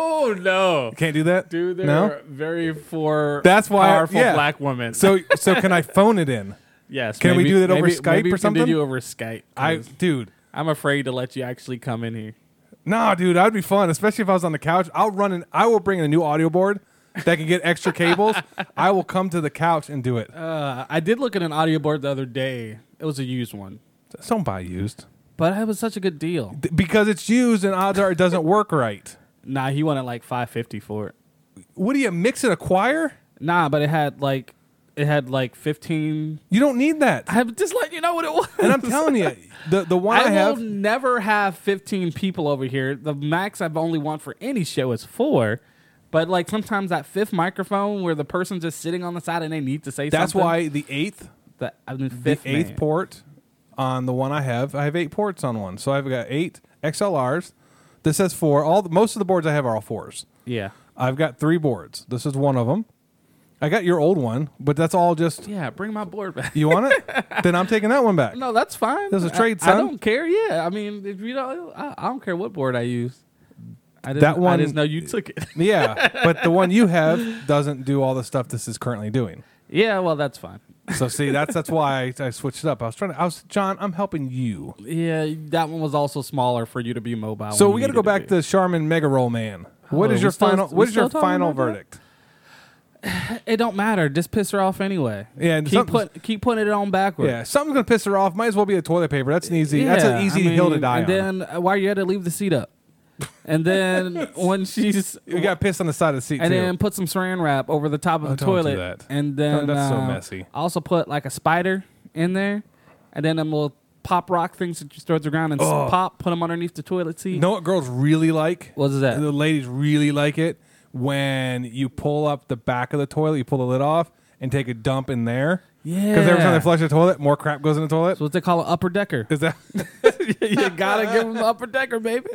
A: Oh no,
B: Can't do that,
A: dude. They're
B: No.
A: very for
B: That's why-
A: powerful
B: yeah.
A: black women.
B: So, so can I phone it in?
A: yes,
B: can we do that over
A: maybe-
B: Skype
A: maybe
B: or
A: we can
B: something?
A: Do you over Skype?
B: I,
A: 'cause
B: dude.
A: I'm afraid to let you actually come in here.
B: Nah, dude, that'd be fun, especially if I was on the couch. I'll run and I will bring in a new audio board that can get extra cables.
A: <laughs>
B: I will come to the couch and do it.
A: Uh, I did look at an audio board the other day. It was a used one,
B: Don't buy used
A: but it was such a good deal.
B: Th- because it's used and odds are it doesn't work right.
A: Nah, he wanted like five fifty for it.
B: What do you mix and acquire?
A: Nah, but it had like it had like fifteen.
B: You don't need that.
A: I'm just letting you know what it <laughs> was.
B: And I'm telling you, the the one
A: I,
B: I, have.
A: will never have 15 people over here. The max I've only want for any show is four. But like sometimes that fifth microphone where the person's just sitting on the side and they need to say
B: That's
A: something.
B: why the eighth,
A: the, I mean,
B: the
A: fifth
B: eighth
A: man.
B: port on the one I have, I have eight ports on one. So I've got eight XLRs. This says four. All the, most of the boards I have are all fours.
A: Yeah.
B: I've got three boards. This is one of them. I got your old one, but that's all just.
A: Yeah, bring my board back.
B: <laughs> You want it? then I'm taking that one back.
A: No, that's fine.
B: There's a trade,
A: I, I
B: son.
A: don't care. Yeah. I mean, if you don't, I, I don't care what board I use. I didn't,
B: That
A: I
B: one-
A: just know you took it. <laughs>
B: Yeah, but the one you have doesn't do all the stuff this is currently doing.
A: yeah, well, that's fine.
B: So see, that's that's why I, I switched it up. I was trying to. I was John. I'm helping you.
A: Yeah, that one was also smaller for you to be mobile.
B: So
A: when
B: we
A: you
B: got to go
A: needed
B: back
A: be.
B: to Charmin Mega Roll Man. What
A: Oh,
B: is
A: we
B: your
A: still-
B: final?
A: we
B: What is your
A: still talking
B: final
A: about that?
B: verdict?
A: It don't matter. Just piss her off anyway.
B: Yeah, and
A: keep
B: something's-
A: put, keep putting it on backwards.
B: Yeah, something's gonna piss her off. Might as well be a toilet paper. That's an easy. that's an
A: Yeah,
B: easy
A: I
B: hill to
A: mean,
B: die
A: And
B: on.
A: then uh, why you had to leave the seat up? And then when she's
B: you got pissed on the side of the seat
A: and
B: too.
A: then put some saran wrap over the top of the
B: Oh, don't do
A: toilet.
B: that.
A: And then
B: No, that's so
A: uh,
B: messy.
A: Also put like a spider in there, and then them little pop rock things that you throw to the ground and s- pop put them underneath the toilet seat.
B: You know what girls really like?
A: What is that?
B: The ladies really like it when you pull up the back of the toilet, you pull the lid off, and take a dump in there. Because every time
A: Yeah.
B: they flush the toilet, more crap goes in the toilet.
A: That's what they call an upper
B: <laughs>
A: decker.
B: Is that?
A: you <laughs> gotta give them upper decker,
B: <laughs>
A: baby.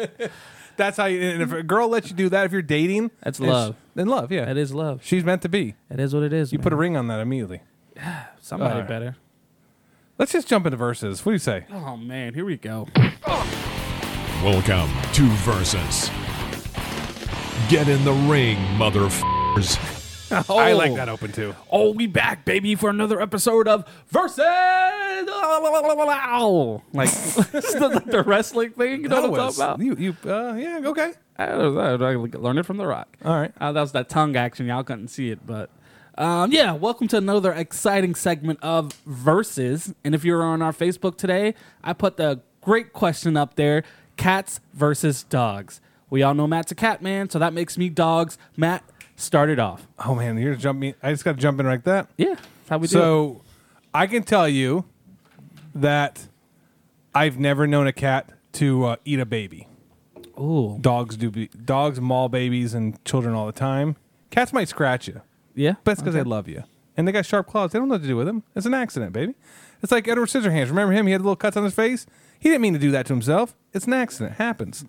B: that's how. You, and if a girl lets you do that, if you're dating,
A: That's
B: and sh-
A: love.
B: Then love, yeah.
A: That is love.
B: She's meant to be.
A: It is what it is.
B: You put a ring on that immediately.
A: somebody
B: Alright.
A: better.
B: Let's just jump into verses. What do you say?
A: Oh man, here we go.
G: Welcome to Versus. Get in the ring, motherfuckers.
B: I like that open too.
A: Oh, we back, baby, for another episode of Versus. Like it's the, the wrestling thing, you know
B: That
A: what I'm
B: was,
A: talking about?
B: you, you, uh, yeah, okay.
A: I, don't know, I learned it from The Rock.
B: All right.
A: Uh, that was that tongue action. Y'all couldn't see it, but um, yeah. Welcome to another exciting segment of Versus. And if you're on our Facebook today, I put the great question up there: Cats versus dogs. We all know Matt's a cat man, so that makes me dogs. Matt, start it off.
B: Oh man, you're jumping. I just got to jump in like that.
A: Yeah, that's how we do. it.
B: So I can tell you that I've never known a cat to uh, eat a baby.
A: Ooh.
B: Dogs do. Be, dogs maul babies and children all the time. Cats might scratch you,
A: Yeah.
B: but it's because they love you and they got sharp claws. They don't know what to do with them. It's an accident, baby. It's like Edward Scissorhands. Remember him? He had little cuts on his face. He didn't mean to do that to himself. It's an accident. happens.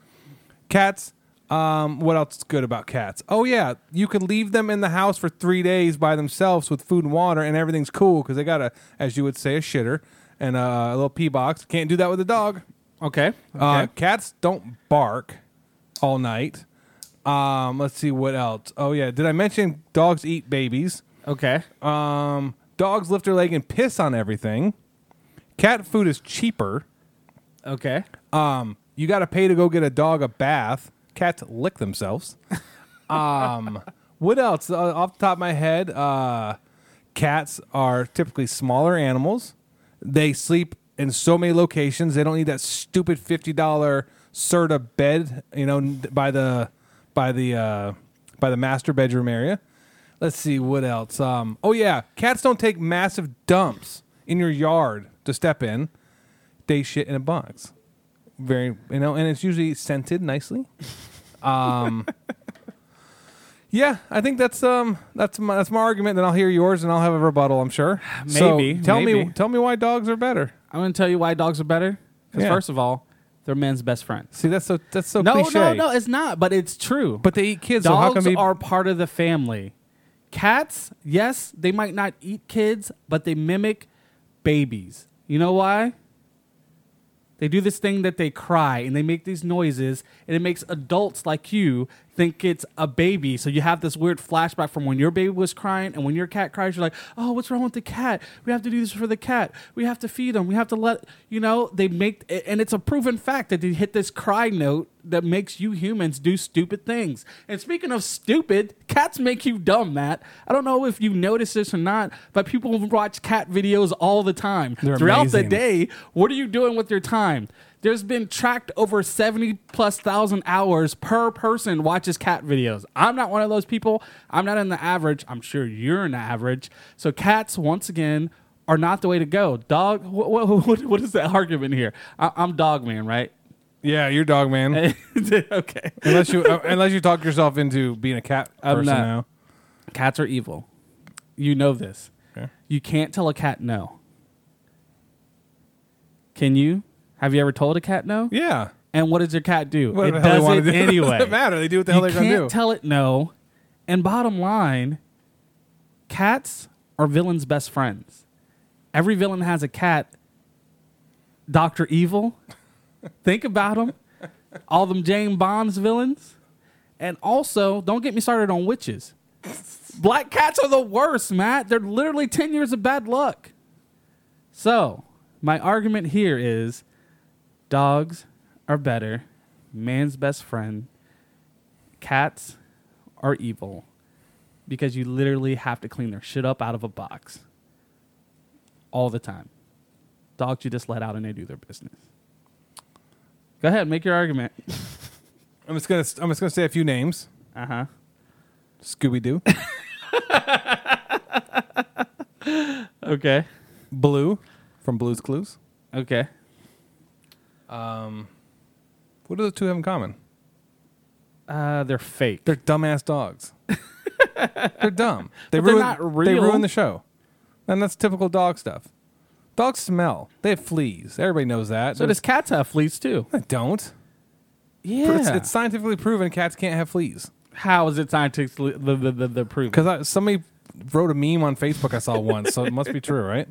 B: Cats. Um, what else is good about cats? Oh yeah, you could leave them in the house for three days by themselves with food and water, and everything's cool because they got a, as you would say, a shitter and a, little pee box. Can't do that with a dog.
A: Okay.
B: Uh, cats don't bark all night. Um, let's see what else. Oh yeah, did I mention dogs eat babies?
A: okay.
B: Um, dogs lift their leg and piss on everything. Cat food is cheaper.
A: Okay.
B: Um, you got to pay to go get a dog a bath. Cats lick themselves. Um, what else? Uh, off the top of my head, uh, cats are typically smaller animals. They sleep in so many locations. They don't need that stupid fifty dollar Serta bed, you know, n- by the by the uh, by the master bedroom area. Let's see what else. Um, oh yeah, cats don't take massive dumps in your yard to step in. They shit in a box. very you know, and it's usually scented nicely.
A: <laughs>
B: Um, yeah, I think that's um that's my that's my argument. Then I'll hear yours and I'll have a rebuttal.
A: <sighs>
B: I'm sure. So,
A: Maybe,
B: tell me
A: maybe.
B: tell me why dogs are better.
A: I'm going to tell you why dogs are better. 'Cause
B: Yeah.
A: first of all, they're men's best friends.
B: See, that's so that's so
A: No,
B: cliche.
A: no, no, it's not. But it's true.
B: But they eat kids. so how
A: dogs
B: come they
A: are part of the family. Cats, yes, they might not eat kids, but they mimic babies. You know why? They do this thing that they cry and they make these noises, and it makes adults like you think it's a baby. So you have this weird flashback from when your baby was crying, and when your cat cries, you're like, oh, what's wrong with the cat? We have to do this for the cat. We have to feed him. We have to let, you know, they make, and it's a proven fact that they hit this cry note that makes you humans do stupid things. And speaking of stupid, cats make you dumb, Matt. I don't know if you notice this or not, but people watch cat videos all the time
B: They're
A: throughout the
B: amazing.
A: day day, what are you doing with your time? There's been tracked over 70 plus thousand hours per person watches cat videos. I'm not one of those people. I'm not in the average. I'm sure you're in the average. So cats, once again, are not the way to go. Dog, <laughs> what, what, what, what is the argument here? I, I'm dog man, right? <laughs>
B: Yeah, you're dog man.
A: okay.
B: unless you uh, unless you talk yourself into being a cat
A: I'm
B: person
A: not.
B: now.
A: Cats are evil. You know this.
B: Okay.
A: You can't tell a cat no. Can you? Have you ever told a cat no?
B: Yeah.
A: And what does your cat do?
B: Whatever
A: it
B: the hell they
A: does
B: wanna
A: it
B: do. <laughs>
A: anyway.
B: doesn't matter. They do what the hell
A: you
B: they're gonna do.
A: can't tell it no. And bottom line, cats are villains' best friends. Every villain has a cat. Doctor Evil, <laughs> think about him. All them Jane Bond's villains, and also don't get me started on witches. Black cats are the worst, Matt. They're literally ten years of bad luck. So my argument here is, dogs are better. Man's best friend cats are evil because you literally have to clean their shit up out of a box all the time. Dogs you just let out and they do their business. Go ahead, make your
B: <laughs>
A: argument.
B: I'm just gonna I'm just gonna say a few names.
A: Uh huh. <laughs>
B: Scooby Doo,
A: Okay.
B: Blue from Blue's Clues.
A: Okay.
B: What do the two have in common?
A: Uh, they're fake.
B: They're dumbass dogs. <laughs> they're dumb. They
A: But they're
B: ruin,
A: not
B: They
A: real.
B: ruin the show, and that's typical dog stuff. Dogs smell. They have fleas. Everybody knows that.
A: so does cats have fleas too?
B: They don't.
A: Yeah.
B: It's, it's scientifically proven cats can't have fleas.
A: How is it scientifically the the the, the proof?
B: Because somebody wrote a meme on Facebook I saw once, so it must be true, right?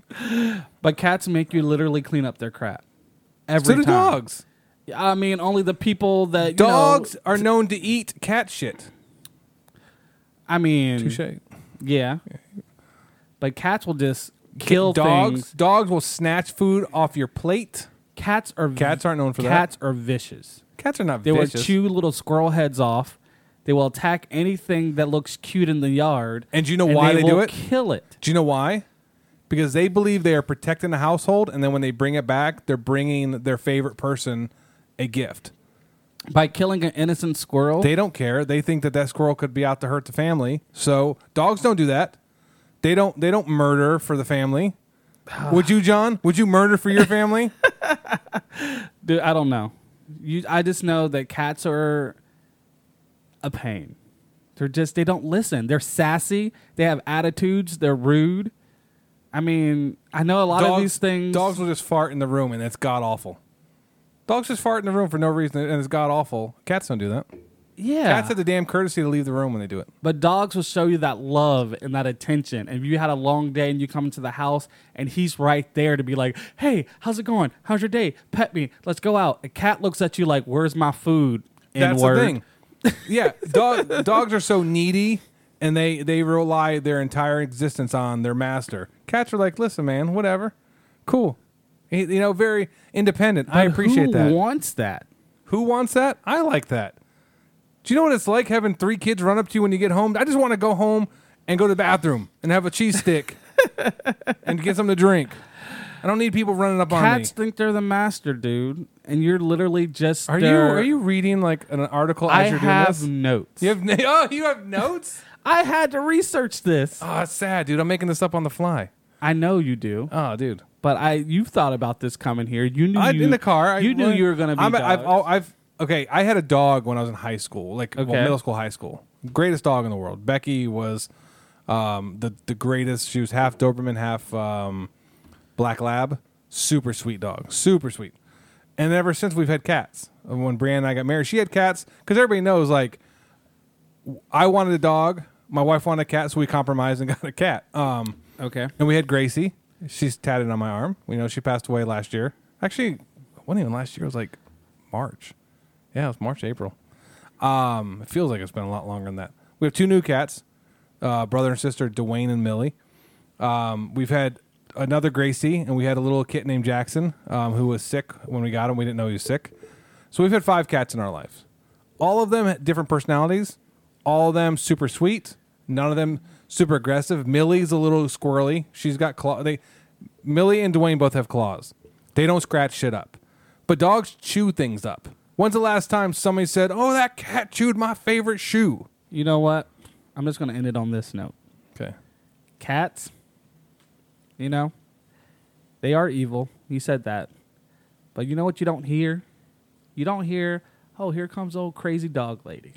A: But cats make you literally clean up their crap. <laughs> Every
B: So do
A: time.
B: dogs.
A: I mean, only the people that you know-
B: Dogs are known to eat cat shit.
A: I mean,
B: Touche.
A: Yeah. But cats will just kill
B: dogs.
A: dogs. Things.
B: Dogs will snatch food off your plate.
A: Cats are
B: Cats aren't known for that.
A: cats are vicious.
B: Cats are not
A: They
B: vicious.
A: will chew little squirrel heads off. They will attack anything that looks cute in the yard.
B: And you know why they do
A: will
B: it?
A: Kill it.
B: Do you know why? Because they believe they are protecting the household, and then when they bring it back, they're bringing their favorite person a gift.
A: By killing an innocent squirrel.
B: They don't care. They think that that squirrel could be out to hurt the family. So dogs don't do that. They don't. They don't murder for the family.
A: Ah.
B: Would you, John? Would you murder for your family?
A: Dude, I don't know. You, I just know that cats are a pain. They're just they don't listen. They're sassy. They have attitudes. They're rude. I mean, I know <laughs> a lot of these things.
B: Dogs will just fart in the room, and it's god awful. Dogs just fart in the room for no reason, and it's god awful. Cats don't do that.
A: yeah.
B: Cats have the damn courtesy to leave the room when they do it.
A: But dogs will show you that love and that attention. And if you had a long day and you come into the house and he's right there to be like, hey, how's it going? How's your day? Pet me. Let's go out. A cat looks at you like, where's my food?
B: That's
A: N-word.
B: the thing. Yeah, dog, dogs are so needy, and they they rely their entire existence on their master. Cats are like, listen, man, whatever, cool. You you know, very independent. I appreciate
A: Who
B: that.
A: wants that?
B: Who wants that? I like that. Do you know what it's like having three kids run up to you when you get home? I just want to go home and go to the bathroom and have a
A: <laughs>
B: cheese stick and get something to drink. I don't need people running up on me.
A: Cats think they're the master, dude. And you're literally just.
B: Are you
A: their-
B: are you reading like an article as
A: I
B: you're
A: have
B: doing
A: notes.
B: this? You have <laughs> oh, you have notes?
A: I had to research this.
B: Oh, it's sad, dude. I'm making this up on the fly.
A: I know you do.
B: Oh, dude.
A: But I, you thought about this coming here. You knew
B: I,
A: you,
B: in the car. I,
A: you knew you were going to be.
B: I'm, I've,
A: dogs.
B: al- I've okay. I had a dog when I was in high school, like well,
A: Okay.
B: middle school, high school. Greatest dog in the world. Becky was um, the the greatest. She was half Doberman, half um, Black Lab. Super sweet dog. Super sweet. And ever since we've had cats. And When Brianne and I got married, she had cats because everybody knows like I wanted a dog. My wife wanted a cat, so we compromised and <laughs> got a cat. Um,
A: okay.
B: and we had Gracie. She's tatted on my arm. We know she passed away last year. Actually, it wasn't even last year. It was like March. Yeah, it was March, April. Um, it feels like it's been a lot longer than that. We have two new cats, uh, brother and sister, Dwayne and Millie. Um, we've had another Gracie, and we had a little kitten named Jackson um, who was sick when we got him. We didn't know he was sick. So we've had five cats in our lives. All of them had different personalities. All of them super sweet. None of them super aggressive. Millie's a little squirrely. She's got claw. They Millie and Dwayne both have claws. They don't scratch shit up, but dogs chew things up. When's the last time somebody said, "Oh, that cat chewed my favorite shoe"?
A: You know what? I'm just going to end it on this note.
B: Okay.
A: Cats, you know, they are evil. You said that. But you know what you don't hear? You don't hear, oh, here comes old crazy dog
B: <laughs>
A: lady.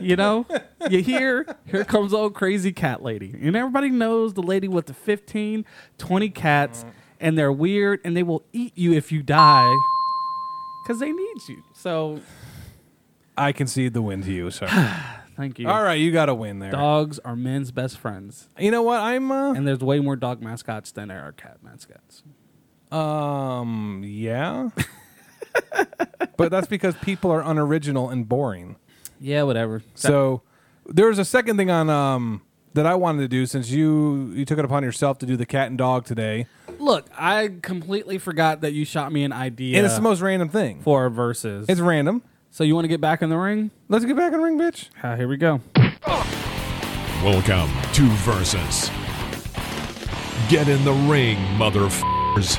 A: you know? You hear, here comes old crazy cat lady. And everybody knows the lady with the 15, 20 cats,
B: Mm.
A: and they're weird, and they will eat you if you die because they need you. So
B: I concede the win to you, sir.
A: thank you.
B: All right, you got a win there.
A: Dogs are men's best friends.
B: You know what? I'm. Uh,
A: And there's way more dog mascots than there are cat mascots.
B: Um, yeah. but that's because people are unoriginal and boring.
A: Yeah, whatever.
B: So there was a second thing on um that I wanted to do since you you took it upon yourself to do the cat and dog today.
A: Look, I completely forgot that you shot me an idea
B: And it's the most random thing.
A: for verses.
B: It's random.
A: so you want to get back in the ring?
B: Let's get back in the ring, bitch.
A: Uh, here we go.
G: Welcome to Versus. Get in the ring, motherfuckers.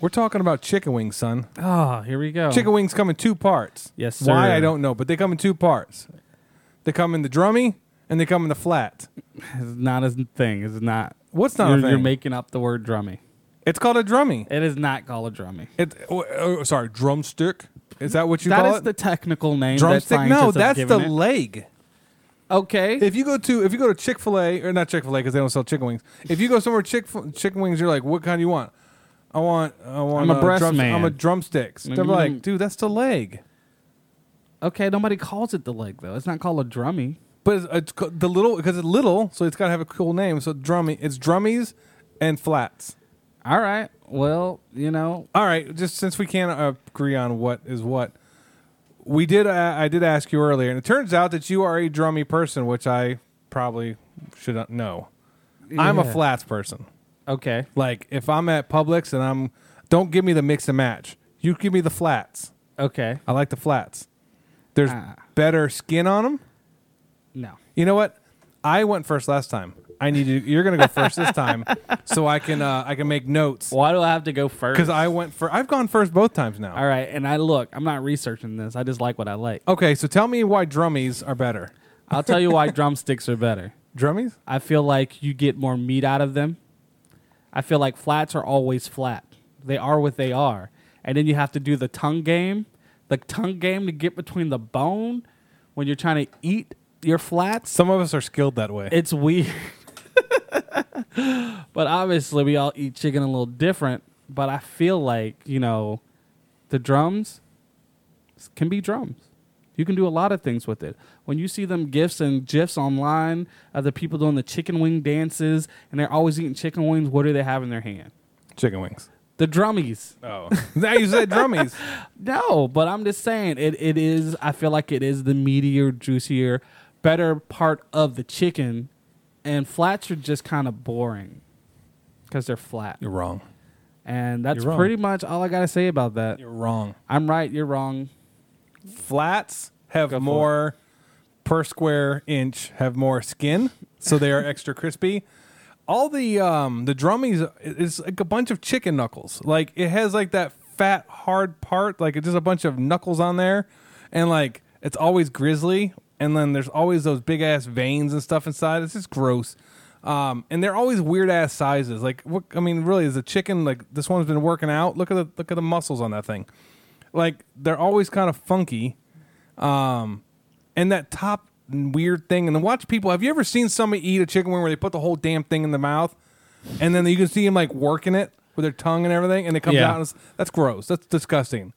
B: We're talking about chicken wings, son.
A: Ah, here we go.
B: Chicken wings come in two parts.
A: Yes,
B: Why
A: sir.
B: I don't know, but they come in two parts. They come in the drummy and they come in the flat.
A: is not a thing. It's not.
B: What's not a
A: you're, You're
B: thing?
A: making up the word drummy.
B: It's called a drummy.
A: It is not called a drummy.
B: It, oh, oh, sorry, drumstick. Is that what you
A: That
B: call
A: is
B: it?
A: the technical name.
B: drumstick.
A: That
B: No,
A: scientists have
B: that's the
A: given it.
B: leg.
A: okay.
B: If you go to if you go to Chick Fil A or not Chick Fil A because they don't sell chicken wings. If you go somewhere Chick chicken wings, you're like, what kind do you want? I want I want
A: I'm a
B: uh,
A: breast
B: drums-
A: man.
B: I'm a drumsticks. They're
A: you
B: like,
A: don't-
B: dude, that's the leg.
A: okay, nobody calls it the leg though. It's not called a drummy.
B: But it's, it's co- the little because it's little, so it's got to have a cool name. So drummy, it's drummies and flats.
A: All right. Well, you know,
B: All right, just since we can't uh, agree on what is what, we did. Uh, I did ask you earlier, and it turns out that you are a drummy person, which I probably should not know. I'm a
A: Yeah.
B: flats person.
A: okay.
B: Like if I'm at Publix and I'm, don't give me the mix and match. You give me the flats.
A: Okay.
B: I like the flats. There's
A: Ah.
B: better skin on them.
A: No.
B: You know what? I went first last time. I need you. You're gonna go first
A: <laughs>
B: this time, so I can uh, I can make notes
A: Why do I have to go first?
B: because I went for. I've gone first both times now.
A: All right, and I look, I'm not researching this. I just like what I like.
B: Okay, so tell me why drummies are better.
A: I'll tell you
B: <laughs>
A: why drumsticks are better.
B: Drummies?
A: I feel like you get more meat out of them. I feel like flats are always flat. They are what they are. And then you have to do the tongue game, the tongue game to get between the bone when you're trying to eat your flats.
B: Some of us are skilled that way.
A: It's weird. but obviously, we all eat chicken a little different. But I feel like, you know, the drums can be drums. You can do a lot of things with it. When you see them gifs and gifs online of the people doing the chicken wing dances and they're always eating chicken wings, what do they have in their hand?
B: Chicken wings.
A: The drummies.
B: Oh, now you said drummies.
A: No, but I'm just saying it, it is I feel like it is the meatier, juicier, better part of the chicken. And flats are just kind of boring because they're flat.
B: <laughs> You're wrong.
A: And that's
B: You're wrong.
A: pretty much all I got to say about that.
B: You're wrong.
A: I'm right, you're wrong.
B: flats have
A: Go for
B: more per square inch have more skin so they are
A: <laughs>
B: extra crispy all the um the drummies is like a bunch of chicken knuckles like it has like that fat hard part like it's just a bunch of knuckles on there and like it's always grizzly and then there's always those big ass veins and stuff inside it's just gross Um, and they're always weird ass sizes. Like, what, I mean, really, is a chicken like this one's been working out? Look at the look at the muscles on that thing. Like, they're always kind of funky. Um, and that top weird thing. And then watch people. Have you ever seen somebody eat a chicken wing where they put the whole damn thing in the mouth, and then you can see them like working it with their tongue and everything, and it comes
A: Yeah.
B: out. And it's, that's gross. That's disgusting.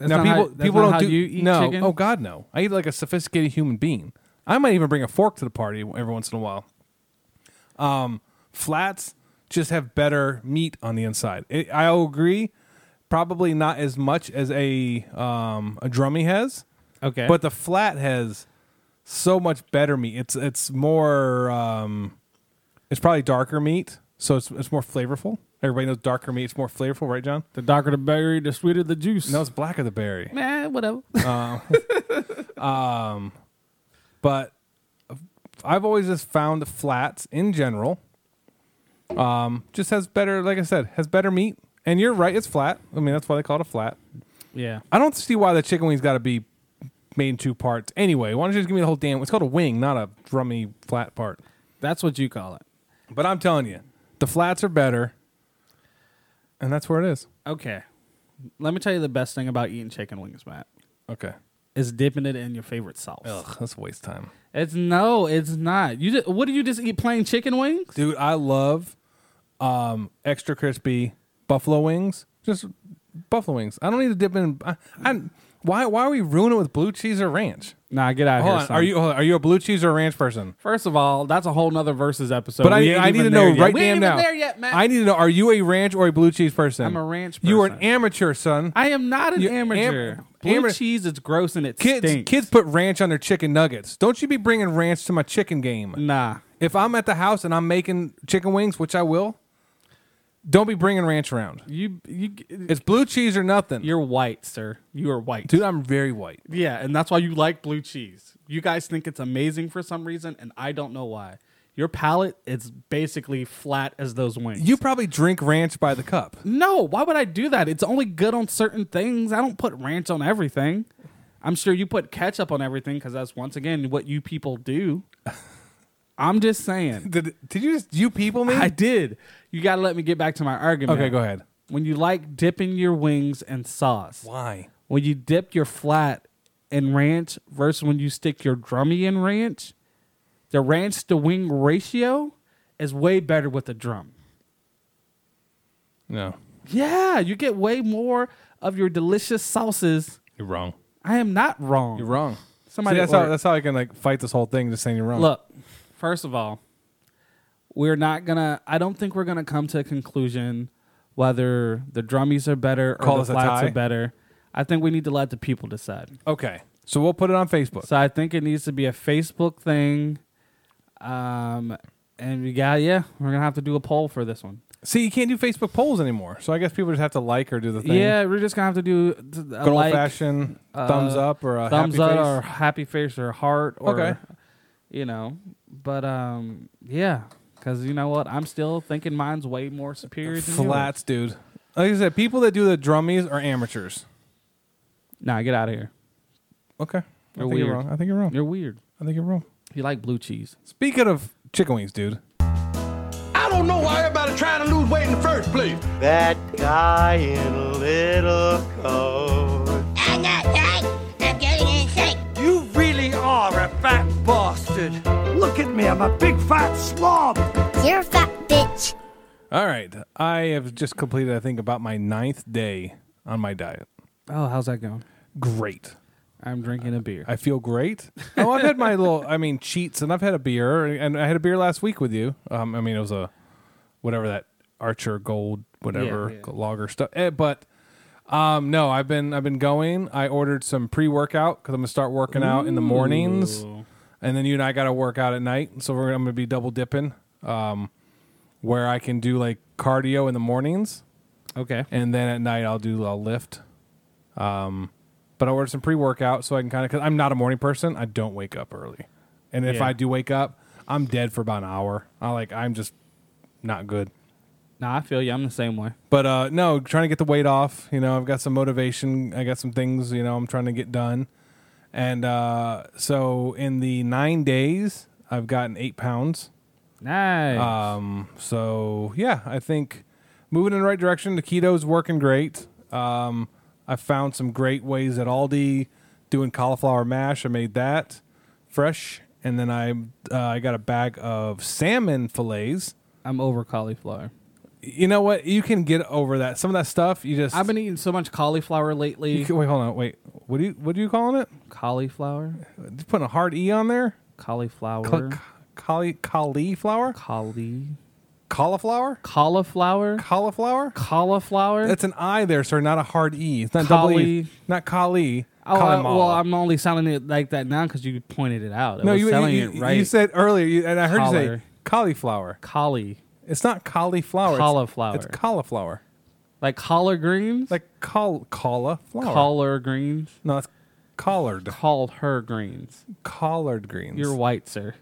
B: now
A: not how-
B: people
A: that's
B: people
A: not
B: don't
A: how
B: do
A: you eat
B: no.
A: chicken?
B: Oh God, no. I eat like a sophisticated human being. I might even bring a fork to the party every once in a while. Um, flats just have better meat on the inside. It, I agree. Probably not as much as a um, a drummy has.
A: Okay.
B: But the flat has so much better meat. It's it's more um it's probably darker meat, so it's it's more flavorful. Everybody knows darker meat, it's more flavorful, right, John?
A: the darker the berry, the sweeter the juice.
B: No, it's blacker the berry.
A: man, whatever. <laughs>
B: But I've always just found flats in general. Um just has better like I said, has better meat. And you're right, it's flat. I mean that's why they call it a flat.
A: yeah.
B: I don't see why the chicken wing's gotta be made in two parts. Anyway, why don't you just give me the whole damn it's called a wing, not a drummy flat part.
A: That's what you call it.
B: But I'm telling you, the flats are better, and that's where it is.
A: Okay. Let me tell you the best thing about eating chicken wings, Matt,
B: Okay.
A: is dipping it in your favorite sauce.
B: Ugh, that's a waste of time,
A: It's no, it's not. You just, what do you just eat plain chicken wings?
B: dude. I love um extra crispy buffalo wings. Just buffalo wings. I don't need to dip in. I, I, why? Why are we ruining it with blue cheese or ranch?
A: Nah, get out of
B: Hold
A: here.
B: on.
A: son.
B: Are you hold on, are you a blue cheese or ranch person?
A: First of all, that's a whole nother versus episode.
B: But
A: We
B: I,
A: ain't
B: I need to
A: even
B: know
A: there yet.
B: right
A: we
B: damn
A: ain't
B: now.
A: Even there yet, Matt.
B: I need to know: Are you a ranch or a blue cheese person?
A: I'm a ranch
B: You are an
A: person.
B: amateur, son.
A: I am not an
B: You-
A: amateur.
B: am-
A: Blue
B: amateur-
A: cheese is gross and it
B: kids,
A: stinks.
B: kids put ranch on their chicken nuggets. Don't you be bringing ranch to my chicken game?
A: nah.
B: if I'm at the house and I'm making chicken wings, which I will, don't be bringing ranch around.
A: You you
B: It's blue cheese or nothing.
A: you're white, sir. You are white.
B: Dude, I'm very white.
A: Yeah, and that's why you like blue cheese. You guys think it's amazing for some reason, and I don't know why. Your palate is basically flat as those wings.
B: You probably drink ranch by the cup.
A: no, why would I do that? It's only good on certain things. I don't put ranch on everything. I'm sure you put ketchup on everything because that's once again what you people
B: <laughs>
A: do. I'm just saying.
B: Did, did you just you people me?
A: I did. You got to let me get back to my argument.
B: okay, go ahead.
A: When you like dipping your wings in sauce,
B: Why?
A: when you dip your flat in ranch versus when you stick your drummy in ranch, the ranch to wing ratio is way better with the drum.
B: No,
A: Yeah, you get way more of your delicious sauces.
B: you're wrong.
A: I am not wrong.
B: You're wrong.
A: Somebody
B: See, that's how
A: ordered-
B: that's how I can like fight this whole thing. Just saying you're wrong.
A: Look, first of all, we're not gonna. I don't think we're gonna come to a conclusion whether the drummies are better or
B: Call
A: the
B: us a
A: flats
B: tie?
A: are better. I think we need to let the people decide.
B: Okay, so we'll put it on Facebook.
A: So I think it needs to be a Facebook thing. Um, and we got yeah, we're gonna have to do a poll for this one.
B: See, you can't do Facebook polls anymore. So I guess people just have to like or do the thing.
A: Yeah, we're just gonna have to do t- a
B: good old
A: like,
B: fashioned thumbs
A: uh,
B: up or a
A: thumbs
B: happy
A: up
B: face.
A: or happy face or heart or
B: Okay.
A: you know. But um, yeah, because you know what, I'm still thinking mine's way more superior. Than yours.
B: flats, dude. Like I said, people that do the drummies are amateurs.
A: Nah, get out of here.
B: Okay. I
A: You're
B: think
A: weird.
B: you're wrong. I think you're wrong.
A: You're weird.
B: I think you're wrong.
A: You like blue cheese.
B: Speaking of chicken wings, dude.
I: I don't know why everybody trying to lose weight in the first place.
J: That guy in a little coat.
E: I'm not sick. I'm getting insane.
J: You really are a fat bastard. Look at me, I'm a big fat slob.
E: You're a fat bitch.
B: All right. I have just completed, I think, about my ninth day on my diet.
A: Oh, how's that going?
B: Great.
A: I'm drinking a beer.
B: I feel great. oh, I've had my little, I mean, cheats, and I've had a beer, and I had a beer last week with you. Um, I mean, it was a whatever that Archer Gold, whatever
A: yeah.
B: lager stuff. Eh, but um, no, I've been I've been going. I ordered some pre workout because I'm gonna start working out in the mornings, and then you and I got to work out at night. So we're, I'm gonna be double dipping, um, where I can do like cardio in the mornings,
A: okay.
B: and then at night I'll do a lift. Um, but I ordered some pre workout so I can kind of because I'm not a morning person. I don't wake up early, and if
A: Yeah.
B: I do wake up, I'm dead for about an hour. I like I'm just not good.
A: Nah, I feel you. I'm the same way.
B: But uh, no, trying to get the weight off. You know, I've got some motivation. I got some things. You know, I'm trying to get done. And uh, so in the nine days, I've gotten eight pounds.
A: Nice.
B: Um, so yeah, I think moving in the right direction. The keto's working great. Um, I found some great ways at Aldi doing cauliflower mash. I made that fresh, and then I uh, I got a bag of salmon fillets.
A: I'm over cauliflower.
B: You know what? You can get over that. Some of that stuff you just.
A: I've been eating so much cauliflower lately.
B: You can- wait, hold on. Wait, what do you what are you calling it?
A: cauliflower,
B: Just putting a hard e on there.
A: cauliflower,
B: Ca- Cauli- cauliflower,
A: cauli,
B: cauliflower,
A: cauliflower,
B: cauliflower.
A: cauliflower.
B: That's an I there, sir, not a hard E. It's not double E.
A: Collie.
B: Not Kali.
A: Oh, I- well, I'm only sounding it like that now because you pointed it out. I
B: no,
A: was
B: you,
A: sounding
B: you,
A: it right.
B: you said earlier, you, and I heard you say
A: Collar.
B: cauliflower.
A: collie,
B: It's not cauliflower. it's-
A: Cauliflower.
B: It's, cauliflower.
A: like collard greens,
B: Like call cauliflower.
A: collard greens,
B: no, it's collared.
A: call her greens.
B: Collard greens.
A: You're white, sir.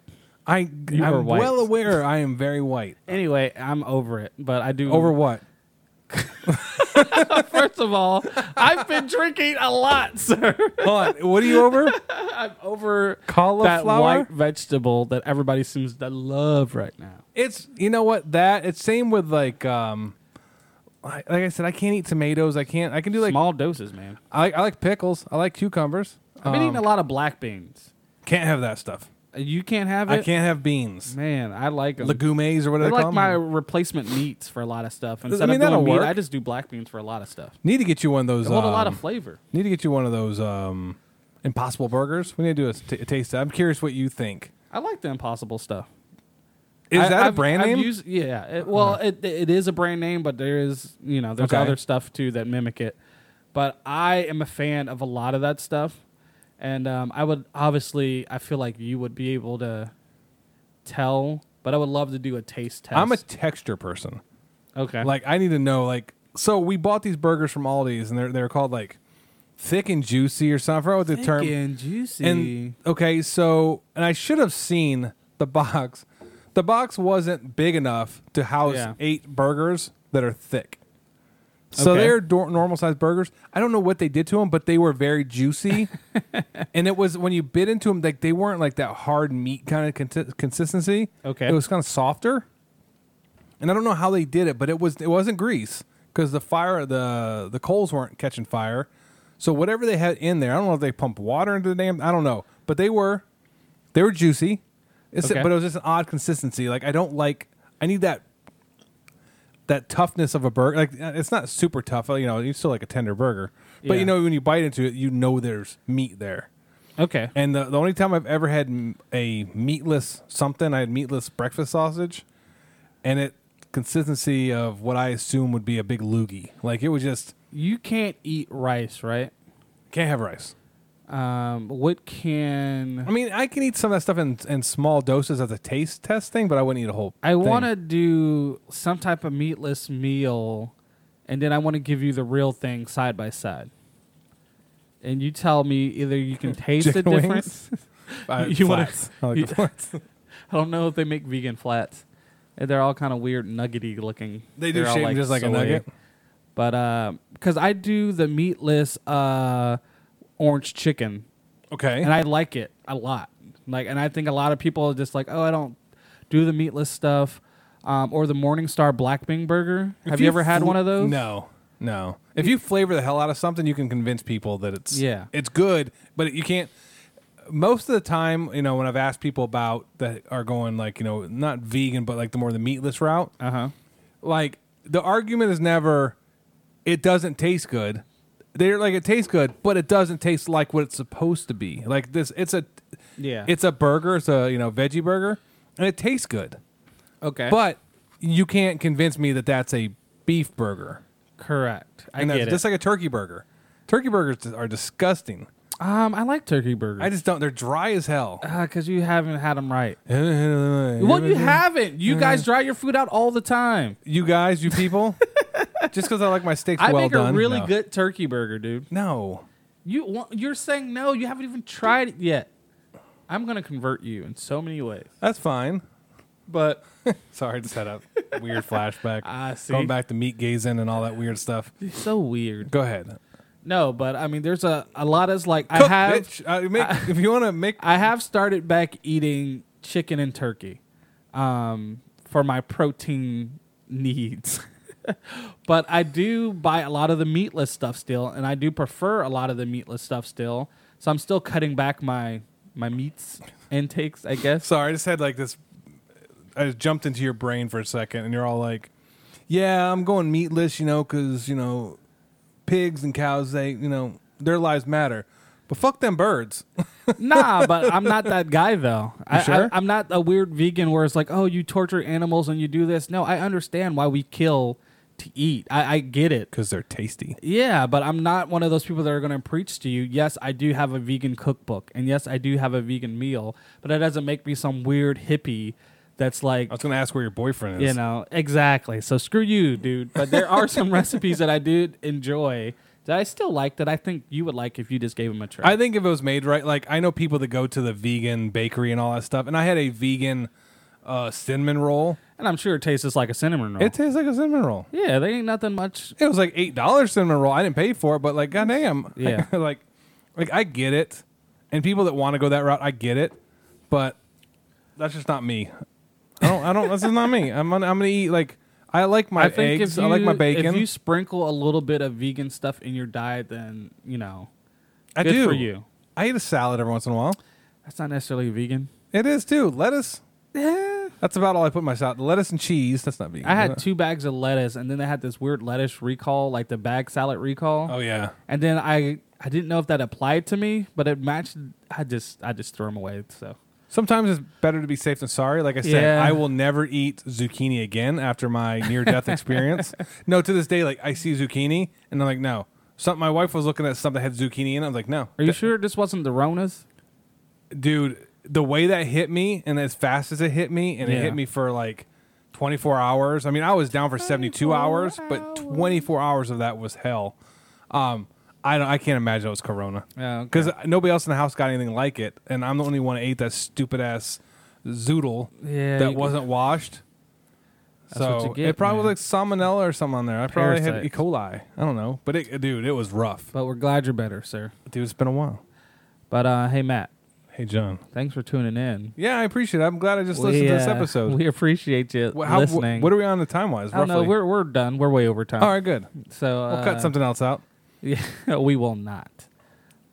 B: I,
A: you
B: I'm
A: are white.
B: well aware I am very white.
A: Anyway, I'm over it, but I do <laughs>
B: Over what?
A: First of all, I've been drinking a lot, sir.
B: Hold on. What are
A: <laughs>
B: you over?
A: I'm over that
B: Cauliflower?
A: white vegetable that everybody seems to love right now.
B: it's you know what that it's same with like um like like I said I can't eat tomatoes I can't I can do like
A: Small doses, man.
B: I like, I like pickles. I like cucumbers. Um,
A: I've been eating a lot of black beans.
B: Can't have that stuff.
A: You can't have it.
B: I can't have beans,
A: Man, I like them.
B: legumes, or
A: They're
B: whatever. they
A: like
B: call
A: my
B: 'em.
A: replacement meats for a lot of stuff. Instead
B: mean,
A: of
B: that'll
A: doing meat,
B: work.
A: I just do black beans for a lot of stuff.
B: Need to get you one of those.
A: I want a lot
B: um,
A: of flavor.
B: Need to get you one of those um, Impossible Burgers. We need to do a, t- a taste. test. I'm curious what you think.
A: I like the impossible stuff.
B: Is
A: I-
B: that a
A: I've-
B: brand
A: I've
B: name?
A: used- yeah. It, well, it, it is a brand name, but there is you know there's
B: Okay.
A: other stuff too that mimic it. But I am a fan of a lot of that stuff, and um, I would obviously I feel like you would be able to tell, but I would love to do a taste test.
B: I'm a texture person.
A: okay.
B: Like I need to know. Like so, we bought these burgers from Aldi's, and they're they're called like thick and juicy or something. I forgot what the term.
A: juicy.
B: And okay, so and I should have seen the box. The box wasn't big enough to house
A: Yeah.
B: eight burgers that are thick. So
A: Okay.
B: they're dor- normal sized burgers. I don't know what they did to them, but they were
A: <laughs>
B: very juicy. and it was when you bit into them, like they weren't like that hard meat kind of conti- consistency.
A: Okay.
B: it was kind of softer. And I don't know how they did it, but it was it wasn't grease because the fire the the coals weren't catching fire. So whatever they had in there, I don't know if they pumped water into the damn. I don't know, but they were they were juicy. It's,
A: Okay.
B: But it was just an odd consistency. Like I don't like. I need that that toughness of a burger. Like uh, it's not super tough. uh, You know, it's still like a tender burger. But
A: Yeah.
B: you know, when you bite into it, you know there's meat there.
A: okay.
B: And the, the only time I've ever had m- a meatless something, I had meatless breakfast sausage, and it consistency of what I assume would be a big loogie. Like it was just
A: you can't eat rice, right?
B: can't have rice.
A: Um, what can
B: I mean, I can eat some of that stuff in, in small doses as a taste test thing, but I wouldn't eat a whole.
A: I
B: thing.
A: want to do some type of meatless meal, and then I want to give you the real thing side by side. And you tell me either you
B: <laughs>
A: can taste the
B: Chicken wings?
A: difference.
B: I-
A: <laughs> you wanna-
B: Uh, flats. I like
A: you- <laughs>
B: the flats.
A: I don't know if they make vegan flats. Uh, They're all kind of weird, nuggety looking.
B: They do
A: They're all,
B: shape just like a
A: soy.
B: nugget.
A: But because I do the meatless uh, orange chicken,
B: Okay.
A: and I like it a lot. Like, and I think a lot of people are just like, oh, I don't do the meatless stuff, um, or the Morningstar Black Bean Burger.
B: If
A: Have you, ever had
B: fl-
A: one of those?
B: No, no. If you flavor the hell out of something, you can convince people that it's
A: Yeah.
B: it's good. But you can't. Most of the time, you know, when I've asked people about that are going like you know not vegan but like the more the meatless route,
A: Uh huh.
B: like the argument is never it doesn't taste good. They're like it tastes good, but it doesn't taste like what it's supposed to be. Like this, it's a
A: Yeah.
B: it's a burger. It's a you know veggie burger, and it tastes good.
A: Okay.
B: But you can't convince me that that's a beef burger.
A: correct. I
B: And that's
A: get it.
B: just like a turkey burger. Turkey burgers dis- are disgusting.
A: um, I like turkey burgers.
B: I just don't. They're dry
A: <laughs>
B: as hell.
A: because you haven't had them right.
B: well,
A: Well, you haven't.
B: Uh-huh.
A: You guys dry your food out all the time.
B: you guys, you people. <laughs> just because I like my steaks
A: I
B: well
A: make
B: done.
A: a really
B: no.
A: good turkey burger, dude.
B: No,
A: You wa- you're saying no? You haven't even tried it yet. I'm gonna convert you in so many ways.
B: that's fine. But <laughs> sorry, I just had a
A: <laughs>
B: weird flashback.
A: I Ah, see.
B: Going back to meat gazing and all that weird stuff.
A: So weird.
B: Go ahead.
A: No, but I mean, there's a a lot is like I
B: Cook,
A: have
B: bitch. Uh, make, if you want to make
A: I have started back eating chicken and turkey. um, for my protein needs. <laughs> but I do buy a lot of the meatless stuff still, and I do prefer a lot of the meatless stuff still. So I'm still cutting back my my meats intakes, I guess.
B: <laughs> Sorry, I just had like this. I just jumped into your brain for a second, and you're all like, "Yeah, I'm going meatless, you know, because you know, pigs and cows, they, you know, their lives matter, but fuck them birds." <laughs>
A: nah, but I'm not that guy though. I,
B: sure?
A: I, am not a weird vegan where it's like, oh, you torture animals and you do this. No, I understand why we kill to eat. I, I get it.
B: Because they're tasty.
A: Yeah, but I'm not one of those people that are going to preach to you. Yes, I do have a vegan cookbook, and yes, I do have a vegan meal, but that doesn't make me some weird hippie that's like,
B: I was gonna ask where your boyfriend is.
A: you know, exactly. So screw you, dude. But there are
B: <laughs>
A: some recipes that I do enjoy that I still like that I think you would like if you just gave them a try.
B: I think if it was made right, like I know people that go to the vegan bakery and all that stuff, and I had a vegan uh, cinnamon roll.
A: and I'm sure it tastes just like a cinnamon roll.
B: It tastes like a cinnamon roll.
A: yeah, they ain't nothing much.
B: It was like eight dollars cinnamon roll. I didn't pay for it, but like goddamn,
A: <laughs> Yeah.
B: <laughs> like like I get it, and people that want to go that route, I get it, but that's just not me. I don't. I don't. this is not
A: <laughs>
B: me. I'm. Gonna, I'm gonna eat like I like my
A: I think
B: eggs.
A: if you,
B: I like my bacon.
A: If you sprinkle a little bit of vegan stuff in your diet, then you know
B: I
A: good
B: do
A: for you.
B: I eat a salad every once in a while.
A: that's not necessarily vegan.
B: It is too lettuce. Yeah. That's about all I put in my salad. Lettuce and cheese. That's not vegan.
A: Eh. I
B: is
A: had
B: it?
A: two bags of lettuce, and then they had this weird lettuce recall, like the bag salad recall.
B: Oh yeah.
A: And then I I didn't know if that applied to me, but it matched. I just I just threw them away. So
B: Sometimes it's better to be safe than sorry. Like I said,
A: Yeah.
B: I will never eat zucchini again after my
A: <laughs>
B: near death experience. No, to this day, like I see zucchini and I'm like, no. Something my wife was looking at something that had zucchini in it. I was like, no.
A: are you
B: Th-
A: sure this wasn't the Ronas?
B: Dude, the way that hit me and as fast as it hit me, and
A: Yeah.
B: it hit me for like 24 hours. I mean, I was down for 72 hours, but 24 hours of that was hell. Um, I don't, I can't imagine it was Corona.
A: Yeah, okay.
B: Because nobody else in the house got anything like it, and I'm the only one that ate that stupid ass zoodle
A: Yeah,
B: that
A: you-
B: wasn't washed. so
A: what you get,
B: it probably
A: man.
B: was like salmonella or something on there. I probably had E.
A: Parasites.
B: coli. I don't know, but it, dude, it was rough.
A: But we're glad you're better, sir.
B: Dude, it's been a while.
A: But uh, hey, Matt,
B: Hey, John.
A: thanks for tuning in.
B: Yeah, I appreciate it. I'm glad I just listened to this
A: uh,
B: episode.
A: we appreciate you
B: Wha- how- wha-
A: listening.
B: what are we on the time wise?
A: I don't know.
B: roughly?
A: We're we're done. We're way over time.
B: all right. Good.
A: So uh,
B: We'll cut something else out.
A: <laughs> Yeah, we will not.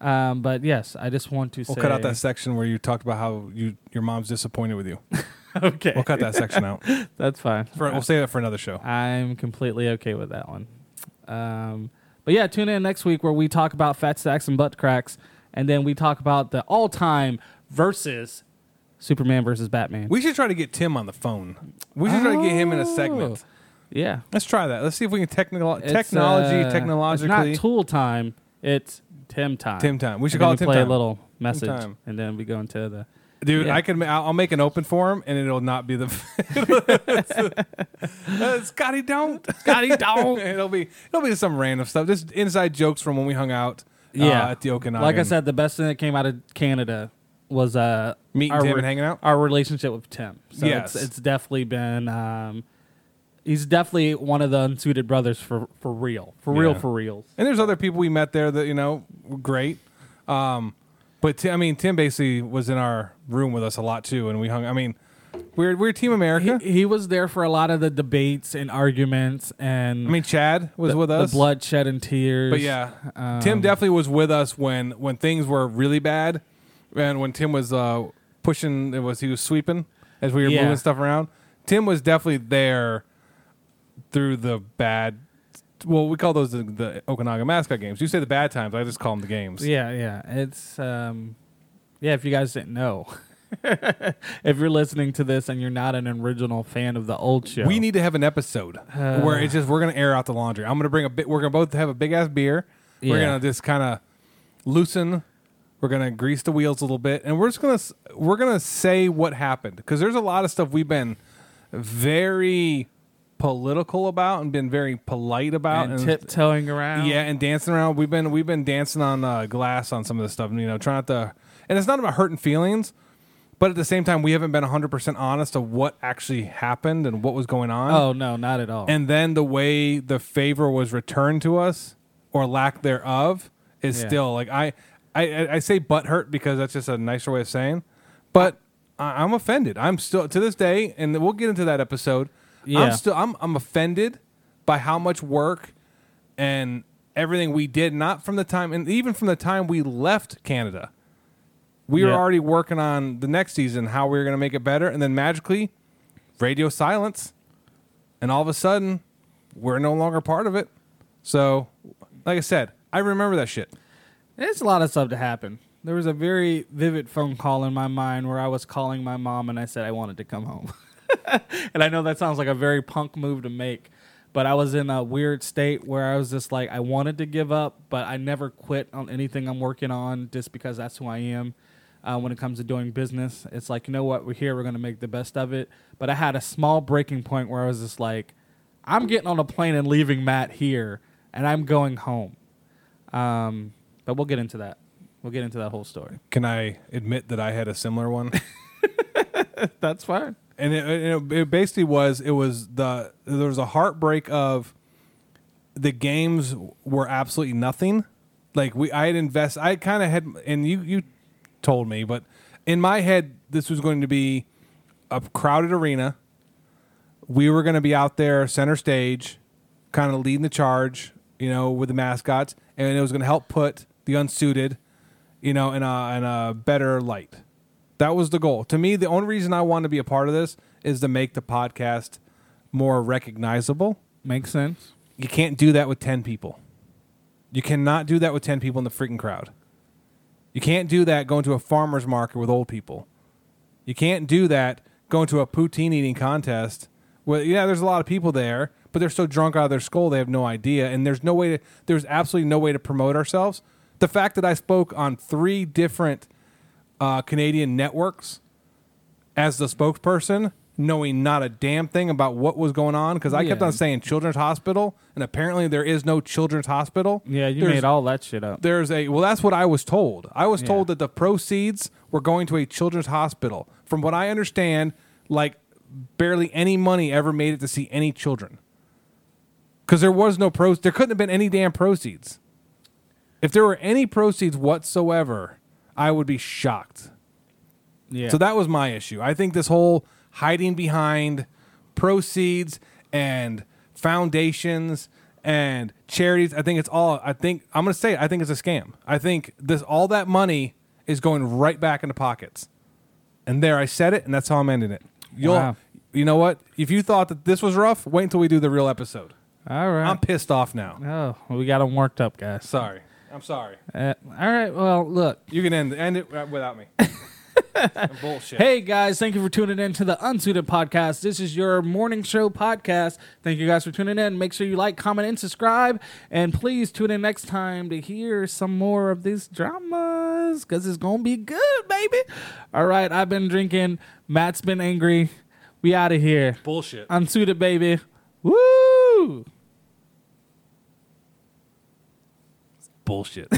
A: Um, but yes, I just want to
B: We'll
A: say
B: cut out that section where you talked about how you your mom's disappointed with you.
A: <laughs> okay,
B: We'll cut that
A: <laughs>
B: section out.
A: that's fine.
B: For, we'll save that for another show.
A: I'm completely okay with that one. Um, but yeah, tune in next week where we talk about fat sacks and butt cracks, and then we talk about the all-time versus Superman versus Batman.
B: We should try to get Tim on the phone. We should try to get him in a segment.
A: yeah,
B: Let's try that. Let's see if we can technical
A: Oh. It's,
B: technology
A: uh,
B: technologically.
A: It's not tool time. It's Tim time.
B: Tim time. We
A: And
B: should
A: then
B: call it Tim
A: play
B: time.
A: a little message,
B: time.
A: and then we go into the.
B: Dude,
A: yeah.
B: I can. ma- I'll I'll make an open for him, and it'll not be the. <laughs> Uh, Scotty, don't. <laughs>
A: Scotty, <laughs> don't.
B: it'll be. It'll be some random stuff. Just inside jokes from when we hung out. uh,
A: yeah,
B: at the Okanagan.
A: Like I said, the best thing that came out of Canada was uh,
B: Meeting
A: our
B: Tim and hanging out?
A: Our relationship with Tim. So
B: Yes.
A: it's, it's definitely been. Um, he's definitely one of the unsuited brothers for for real, for real,
B: Yeah.
A: for real.
B: And there's other people we met there that you know were great, um, but Ti- I mean Tim basically was in our room with us a lot too, and we hung. I mean, we're we're Team America.
A: He, he was there for a lot of the debates and arguments, and
B: I mean Chad was
A: the, um,
B: with us.
A: the bloodshed and tears.
B: but yeah, Tim definitely was with us when when things were really bad, and when Tim was uh, pushing, it was he was sweeping as we were
A: Yeah.
B: moving stuff around. Tim was definitely there through the bad. Well, we call those the, the Okanagan mascot games. You say the bad times, I just call them the games.
A: Yeah, yeah. It's um yeah, if you guys didn't know. <laughs> if you're listening to this and you're not an original fan of the old show. Uh.
B: We need to have an episode where it's just we're gonna air out the laundry. I'm gonna bring a bit. We're gonna both have a big ass beer. We're
A: Yeah.
B: gonna just kind of loosen. We're gonna grease the wheels a little bit, and we're just gonna s- we're gonna say what happened because there's a lot of stuff we've been very political about and been very polite about
A: and, tiptoeing around.
B: yeah, and dancing around. We've been we've been dancing on uh, glass on some of this stuff. You know, trying not to. And it's not about hurting feelings, but at the same time, we haven't been 100 percent honest of what actually happened and what was going on.
A: Oh no, not at all.
B: And then the way the favor was returned to us or lack thereof is
A: Yeah.
B: still like I, I I- I say butthurt because that's just a nicer way of saying, but I- I'm offended. I'm still to this day, and we'll get into that episode.
A: Yeah.
B: I'm still I'm I'm offended by how much work and everything we did, not from the time and even from the time we left Canada. We were
A: Yeah.
B: already working on the next season, how we were gonna make it better, and then magically, radio silence, and all of a sudden, we're no longer part of it. So, like I said, I remember that shit.
A: It's a lot of stuff to happen. There was a very vivid phone call in my mind where I was calling my mom and I said I wanted to come home. <laughs> and I know that sounds like a very punk move to make, but I was in a weird state where I was just like I wanted to give up, but I never quit on anything I'm working on just because that's who I am. Uh, when it comes to doing business, it's like you know what we're here, we're gonna make the best of it. But I had a small breaking point where I was just like, I'm getting on a plane and leaving Matt here, and I'm going home. Um, but we'll get into that. We'll get into that whole story.
B: Can I admit that I had a similar one?
A: That's fine.
B: and it, it, it basically was it was the there was a heartbreak of the games were absolutely nothing like we i had invest i kind of had and you you told me but in my head this was going to be a crowded arena we were going to be out there center stage kind of leading the charge you know with the mascots and it was going to help put the unsuited you know in a in a better light that was the goal. To me, the only reason I wanted to be a part of this is to make the podcast more recognizable.
A: Makes sense.
B: You can't do that with 10 people. You cannot do that with 10 people in the freaking crowd. You can't do that going to a farmer's market with old people. You can't do that going to a poutine eating contest. Well, yeah, there's a lot of people there, but they're so drunk out of their skull they have no idea. And there's no way to, there's absolutely no way to promote ourselves. The fact that I spoke on three different uh, Canadian networks as the spokesperson, knowing not a damn thing about what was going on, because I kept
A: Yeah.
B: on saying Children's Hospital, and apparently there is no Children's Hospital.
A: Yeah, you
B: There's-
A: made all that shit up.
B: there's a well that's what i was told i was told
A: Yeah.
B: that the proceeds were going to a children's hospital from what i understand like barely any money ever made it to see any children because there was no pros there couldn't have been any damn proceeds if there were any proceeds whatsoever i would be shocked
A: Yeah.
B: so that was my issue. I think this whole hiding behind proceeds and foundations and charities, I think it's all I think I'm gonna say it, I think it's a scam. I think this all that money is going right back into pockets. And there I said it and that's how I'm ending it. You'll
A: Wow.
B: you know what? If you thought that this was rough, wait until we do the real episode.
A: all right.
B: I'm pissed off now.
A: oh, well, we got them worked up, guys.
B: Sorry. I'm sorry.
A: Uh, all right. Well, look.
B: You can end end
A: <laughs>
B: it without me. Bullshit.
A: Hey guys, thank you for tuning in to the Unsuited Podcast. This is your morning show podcast. Thank you guys for tuning in. Make sure you like, comment, and subscribe. And please tune in next time to hear some more of these dramas because it's going to be good, baby. All right, I've been drinking. Matt's been angry. We out of here.
B: Bullshit.
A: Unsuited, baby. Woo!
B: Bullshit.